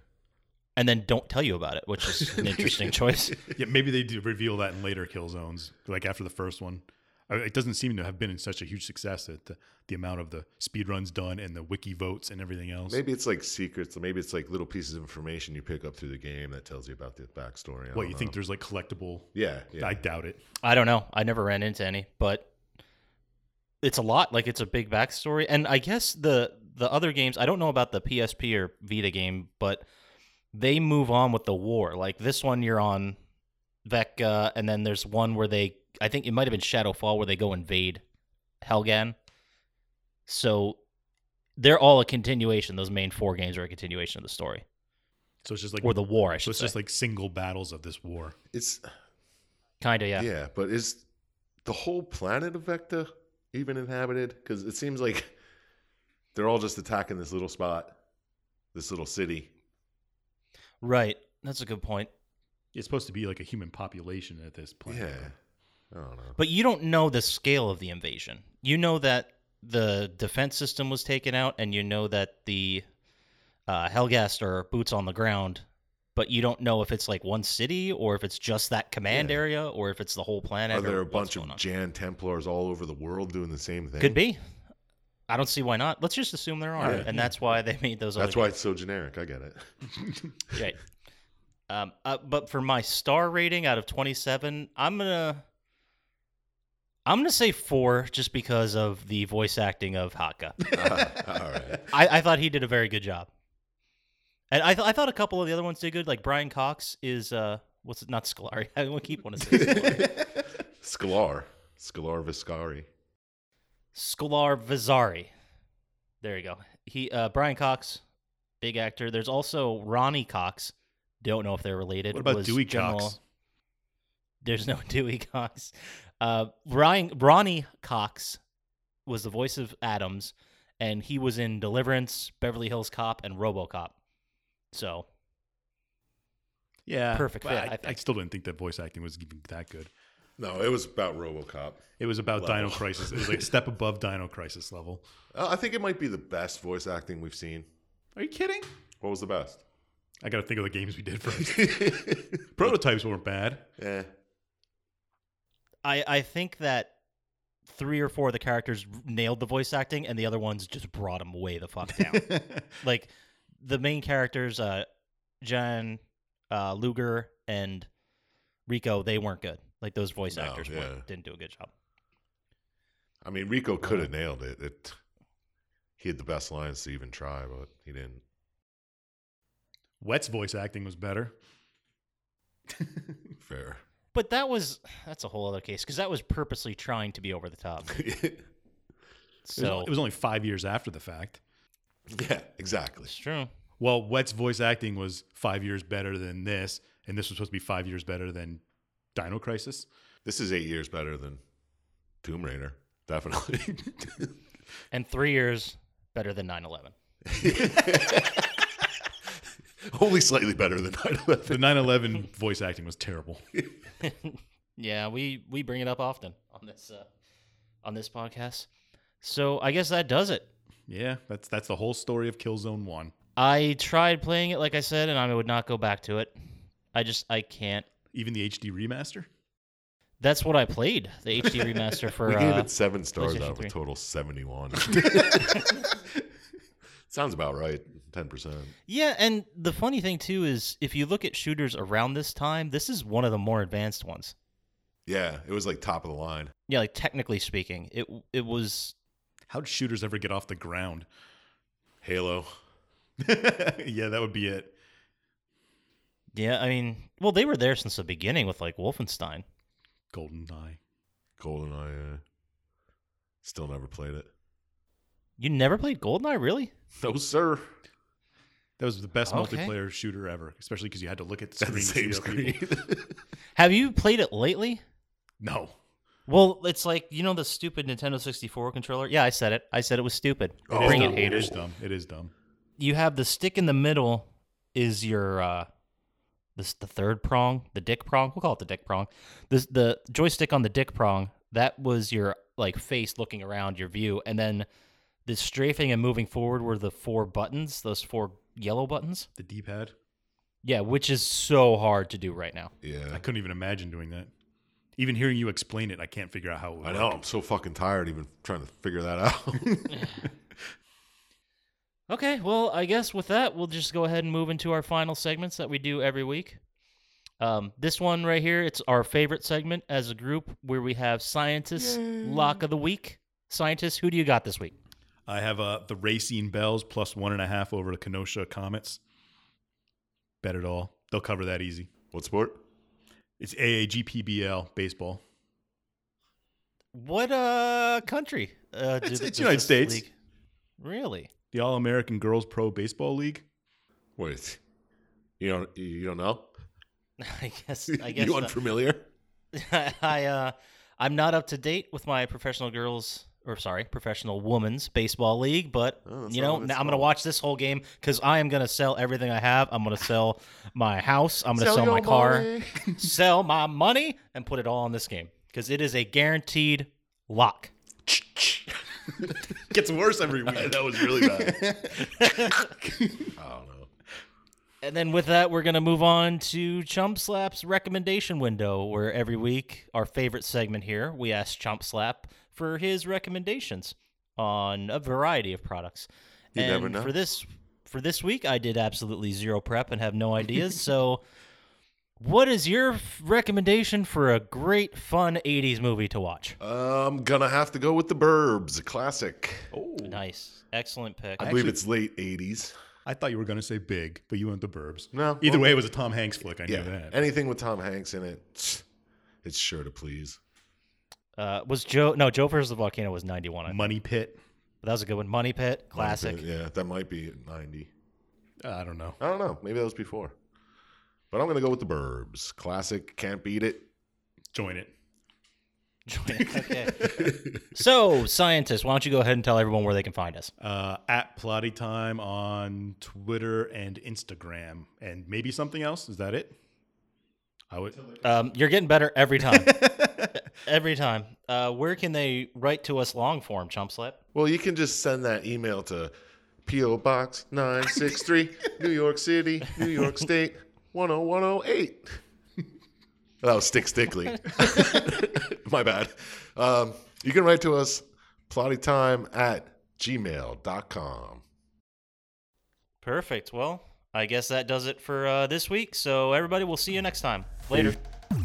Speaker 2: and then don't tell you about it which is an interesting choice
Speaker 1: Yeah, maybe they do reveal that in later kill zones, like after the first one. I- It doesn't seem to have been in such a huge success that the, the amount of the speedruns done and the wiki votes and everything else.
Speaker 3: Maybe it's like secrets. Maybe it's like little pieces of information you pick up through the game that tells you about the backstory. I
Speaker 1: what
Speaker 3: don't
Speaker 1: you think
Speaker 3: know.
Speaker 1: there's like collectible?
Speaker 3: Yeah, yeah.
Speaker 1: I doubt it.
Speaker 2: i don't know i never ran into any but it's a lot like it's a big backstory and i guess the the other games i don't know about the psp or vita game but they move on with the war like this one you're on Vecca, and then there's one where they I think it might have been Shadowfall where they go invade Helgan. So they're all a continuation. Those main four games are a continuation of the story
Speaker 1: So it's just like
Speaker 2: or the war. I
Speaker 1: so
Speaker 2: should
Speaker 1: it's
Speaker 2: say.
Speaker 1: just like single battles of this war.
Speaker 3: it's
Speaker 2: kind of yeah.
Speaker 3: yeah. but is the whole planet of Vecta even inhabited? Because it seems like They're all just attacking this little spot, this little city.
Speaker 2: Right. That's a good point.
Speaker 1: It's supposed to be like a human population at this planet.
Speaker 3: Yeah. I don't know.
Speaker 2: But you don't know the scale of the invasion. You know that the defense system was taken out, and you know that the uh, Hellgast are boots on the ground, but you don't know if it's like one city or if it's just that command
Speaker 3: Yeah.
Speaker 2: area or if it's the whole planet.
Speaker 3: Are there
Speaker 2: or
Speaker 3: a
Speaker 2: what's
Speaker 3: bunch of
Speaker 2: going on.
Speaker 3: Jan Templars all over the world doing the same thing?
Speaker 2: Could be. I don't see why not. Let's just assume there are,
Speaker 3: Yeah.
Speaker 2: and that's why they made those.
Speaker 3: That's
Speaker 2: other
Speaker 3: why it's so generic. I get it.
Speaker 2: Right. Um, uh, but for my star rating out of 27, I'm gonna I'm gonna say four just because of the voice acting of Haka.
Speaker 3: all right.
Speaker 2: I, I thought he did a very good job, and I, th- I thought a couple of the other ones did good. Like Brian Cox is uh, what's it? Not Scolari. I would keep wanting to say Scolari.
Speaker 3: Scalar. Scalar Viscari.
Speaker 2: Scolar Vazari. There you go. He uh, Brian Cox, big actor. There's also Ronnie Cox. Don't know if they're related.
Speaker 1: What about
Speaker 2: was
Speaker 1: Dewey
Speaker 2: General-
Speaker 1: Cox?
Speaker 2: There's no Dewey Cox. Uh, Ryan, Ronnie Cox was the voice of Adams, and he was in Deliverance, Beverly Hills Cop, and RoboCop. So
Speaker 1: Yeah,
Speaker 2: Perfect
Speaker 1: but
Speaker 2: fit, I
Speaker 1: I, I,
Speaker 2: think.
Speaker 1: still didn't think that voice acting was even that good.
Speaker 3: No, it was about RoboCop.
Speaker 1: It was about
Speaker 3: Level.
Speaker 1: Dino Crisis. It was like a step above Dino Crisis level.
Speaker 3: Uh, I think it might be the best voice acting we've seen.
Speaker 1: Are you kidding?
Speaker 3: What was the best?
Speaker 1: I got to think of the games we did first. Prototypes weren't bad.
Speaker 3: yeah.
Speaker 2: I, I think that three or four of the characters nailed the voice acting, and the other ones just brought them way the fuck down. like the main characters, uh, John uh, Luger and Rico, they weren't good. Like those voice
Speaker 3: No,
Speaker 2: actors weren't-
Speaker 3: yeah.
Speaker 2: didn't do a good job.
Speaker 3: I mean, Rico could have nailed it. it. He had the best lines to even try, but he didn't.
Speaker 1: Wet's voice acting was better.
Speaker 3: Fair.
Speaker 2: But that was that's a whole other case because that was purposely trying to be over the top.
Speaker 1: It was-
Speaker 2: So
Speaker 1: it was only five years after the fact.
Speaker 3: yeah, exactly.
Speaker 2: it's true.
Speaker 1: well, Wett's voice acting was five years better than this, and this was supposed to be five years better than Dino Crisis.
Speaker 3: This is eight years better than Tomb Raider. Definitely.
Speaker 2: And three years better than 9-11.
Speaker 3: Only slightly better than 9
Speaker 1: The 9 11 voice acting was terrible.
Speaker 2: Yeah, we we bring it up often on this uh, on this podcast. So I guess that does it.
Speaker 1: Yeah, that's that's the whole story of Killzone 1.
Speaker 2: I tried playing it, like I said, and I would not go back to it. I just I can't.
Speaker 1: Even the HD remaster?
Speaker 2: That's what I played the HD remaster for.
Speaker 3: We gave
Speaker 2: uh,
Speaker 3: it seven stars
Speaker 2: PlayStation
Speaker 3: out of a
Speaker 2: 3.
Speaker 3: total 71. Sounds about right. 10%.
Speaker 2: Yeah, and the funny thing too is if you look at shooters around this time, this is one of the more advanced ones.
Speaker 3: Yeah, it was like top of the line.
Speaker 2: Yeah, like technically speaking, it it was
Speaker 1: How'd shooters ever get off the ground?
Speaker 3: Halo.
Speaker 1: yeah, that would be it.
Speaker 2: Yeah, I mean, well, they were there since the beginning with like Wolfenstein.
Speaker 1: Golden Eye.
Speaker 3: GoldenEye. Uh, still never played it.
Speaker 2: You never played Goldeneye, really?
Speaker 3: No, sir.
Speaker 1: That was the best
Speaker 2: Okay.
Speaker 1: multiplayer shooter ever, especially because you had to look at the
Speaker 3: That's
Speaker 1: screen.
Speaker 3: the
Speaker 1: to see
Speaker 3: same
Speaker 1: other people.
Speaker 3: screen.
Speaker 2: Have you played it lately?
Speaker 1: No.
Speaker 2: Well, it's like you know the stupid Nintendo 64 controller. Yeah, I said it. I said it was stupid.
Speaker 3: Oh.
Speaker 2: Bring it,
Speaker 1: dumb. It
Speaker 2: haters.
Speaker 1: is dumb. It is dumb.
Speaker 2: You have the stick in the middle is your uh this the third prong, the dick prong. We'll call it the dick prong. This the joystick on the dick prong, that was your like face looking around your view and then the strafing and moving forward were the four buttons, those four yellow buttons.
Speaker 1: The D pad.
Speaker 2: Yeah, which is so hard to do right now.
Speaker 3: yeah.
Speaker 1: I couldn't even imagine doing that. Even hearing you explain it, I can't figure out how it would
Speaker 3: I
Speaker 1: work.
Speaker 3: know. I'm so fucking tired even trying to figure that out.
Speaker 2: Okay, well, I guess with that, we'll just go ahead and move into our final segments that we do every week. Um, this one right here, it's our favorite segment as a group where we have scientists lock of the week. Scientists, who do you got this week?
Speaker 1: I have uh, the Racine Bells plus one and a half over the Kenosha Comets. Bet it all. They'll cover that easy.
Speaker 3: what sport?
Speaker 1: It's AAGPBL baseball.
Speaker 2: What uh country? Uh,
Speaker 1: It's-
Speaker 2: th-
Speaker 1: it's
Speaker 2: does
Speaker 1: United
Speaker 2: this
Speaker 1: States.
Speaker 2: league- Really?
Speaker 1: The All American Girls Pro Baseball League.
Speaker 3: Wait. You don't you don't know?
Speaker 2: I guess. I guess.
Speaker 3: you
Speaker 2: uh,
Speaker 3: unfamiliar?
Speaker 2: I uh, I'm not up to date with my professional girls or sorry, professional women's baseball league. But
Speaker 3: Oh, that's
Speaker 2: you
Speaker 3: not
Speaker 2: know,
Speaker 3: what it's
Speaker 2: now I'm gonna
Speaker 3: called.
Speaker 2: watch this whole game because I am gonna sell everything I have. I'm gonna sell my house. I'm gonna sell, my car. Sell my money and put it all on this game because it is a guaranteed lock.
Speaker 1: Gets worse every week.
Speaker 3: that was really bad. I don't know.
Speaker 2: And then with that, we're going to move on to Chump Slap's recommendation window, where every week, our favorite segment here, we ask Chump Slap for his recommendations on a variety of products.
Speaker 3: You
Speaker 2: and
Speaker 3: never know.
Speaker 2: For this, for this week, I did absolutely zero prep and have no ideas. so, what is your f- recommendation for a great, fun 80s movie to watch?
Speaker 3: I'm gonna have to go with the Burbs, a classic.
Speaker 1: Oh,
Speaker 2: Nice. Excellent pick.
Speaker 3: I
Speaker 1: Actually-
Speaker 3: believe it's late '80s.
Speaker 1: I thought you were going to say big, but you went the burbs.
Speaker 3: No,
Speaker 1: Either
Speaker 3: well,
Speaker 1: way, it was a Tom Hanks flick. I knew
Speaker 3: yeah.
Speaker 1: that.
Speaker 3: Anything with Tom Hanks in it, it's sure to please.
Speaker 2: Uh, was Joe, no, Joe versus the Volcano was 91. I think.
Speaker 1: Money Pit.
Speaker 2: That was a good one. Money Pit, classic.
Speaker 3: Yeah, that might be '90.
Speaker 1: I don't know.
Speaker 3: I don't know. Maybe that was before. But I'm gonna go with the Burbs, classic. Can't beat it.
Speaker 1: Join it.
Speaker 2: okay. So, scientists, why don't you go ahead and tell everyone where they can find us?
Speaker 1: Uh, at Plotty Time on Twitter and Instagram, and maybe something else. Is that it? I would.
Speaker 2: Um, you're getting better every time. every time. Uh, where can they write to us long form, Chump Slap?
Speaker 3: Well, you can just send that email to P.O. Box 963, New York City, New York State, 10108. That was Oh, Stick Stickly. My bad. Um, you can write to us, plottytime at gmail.com.
Speaker 2: Perfect. Well, I guess that does it for uh, this week. So, everybody, we'll see you next time. Later.
Speaker 1: Later.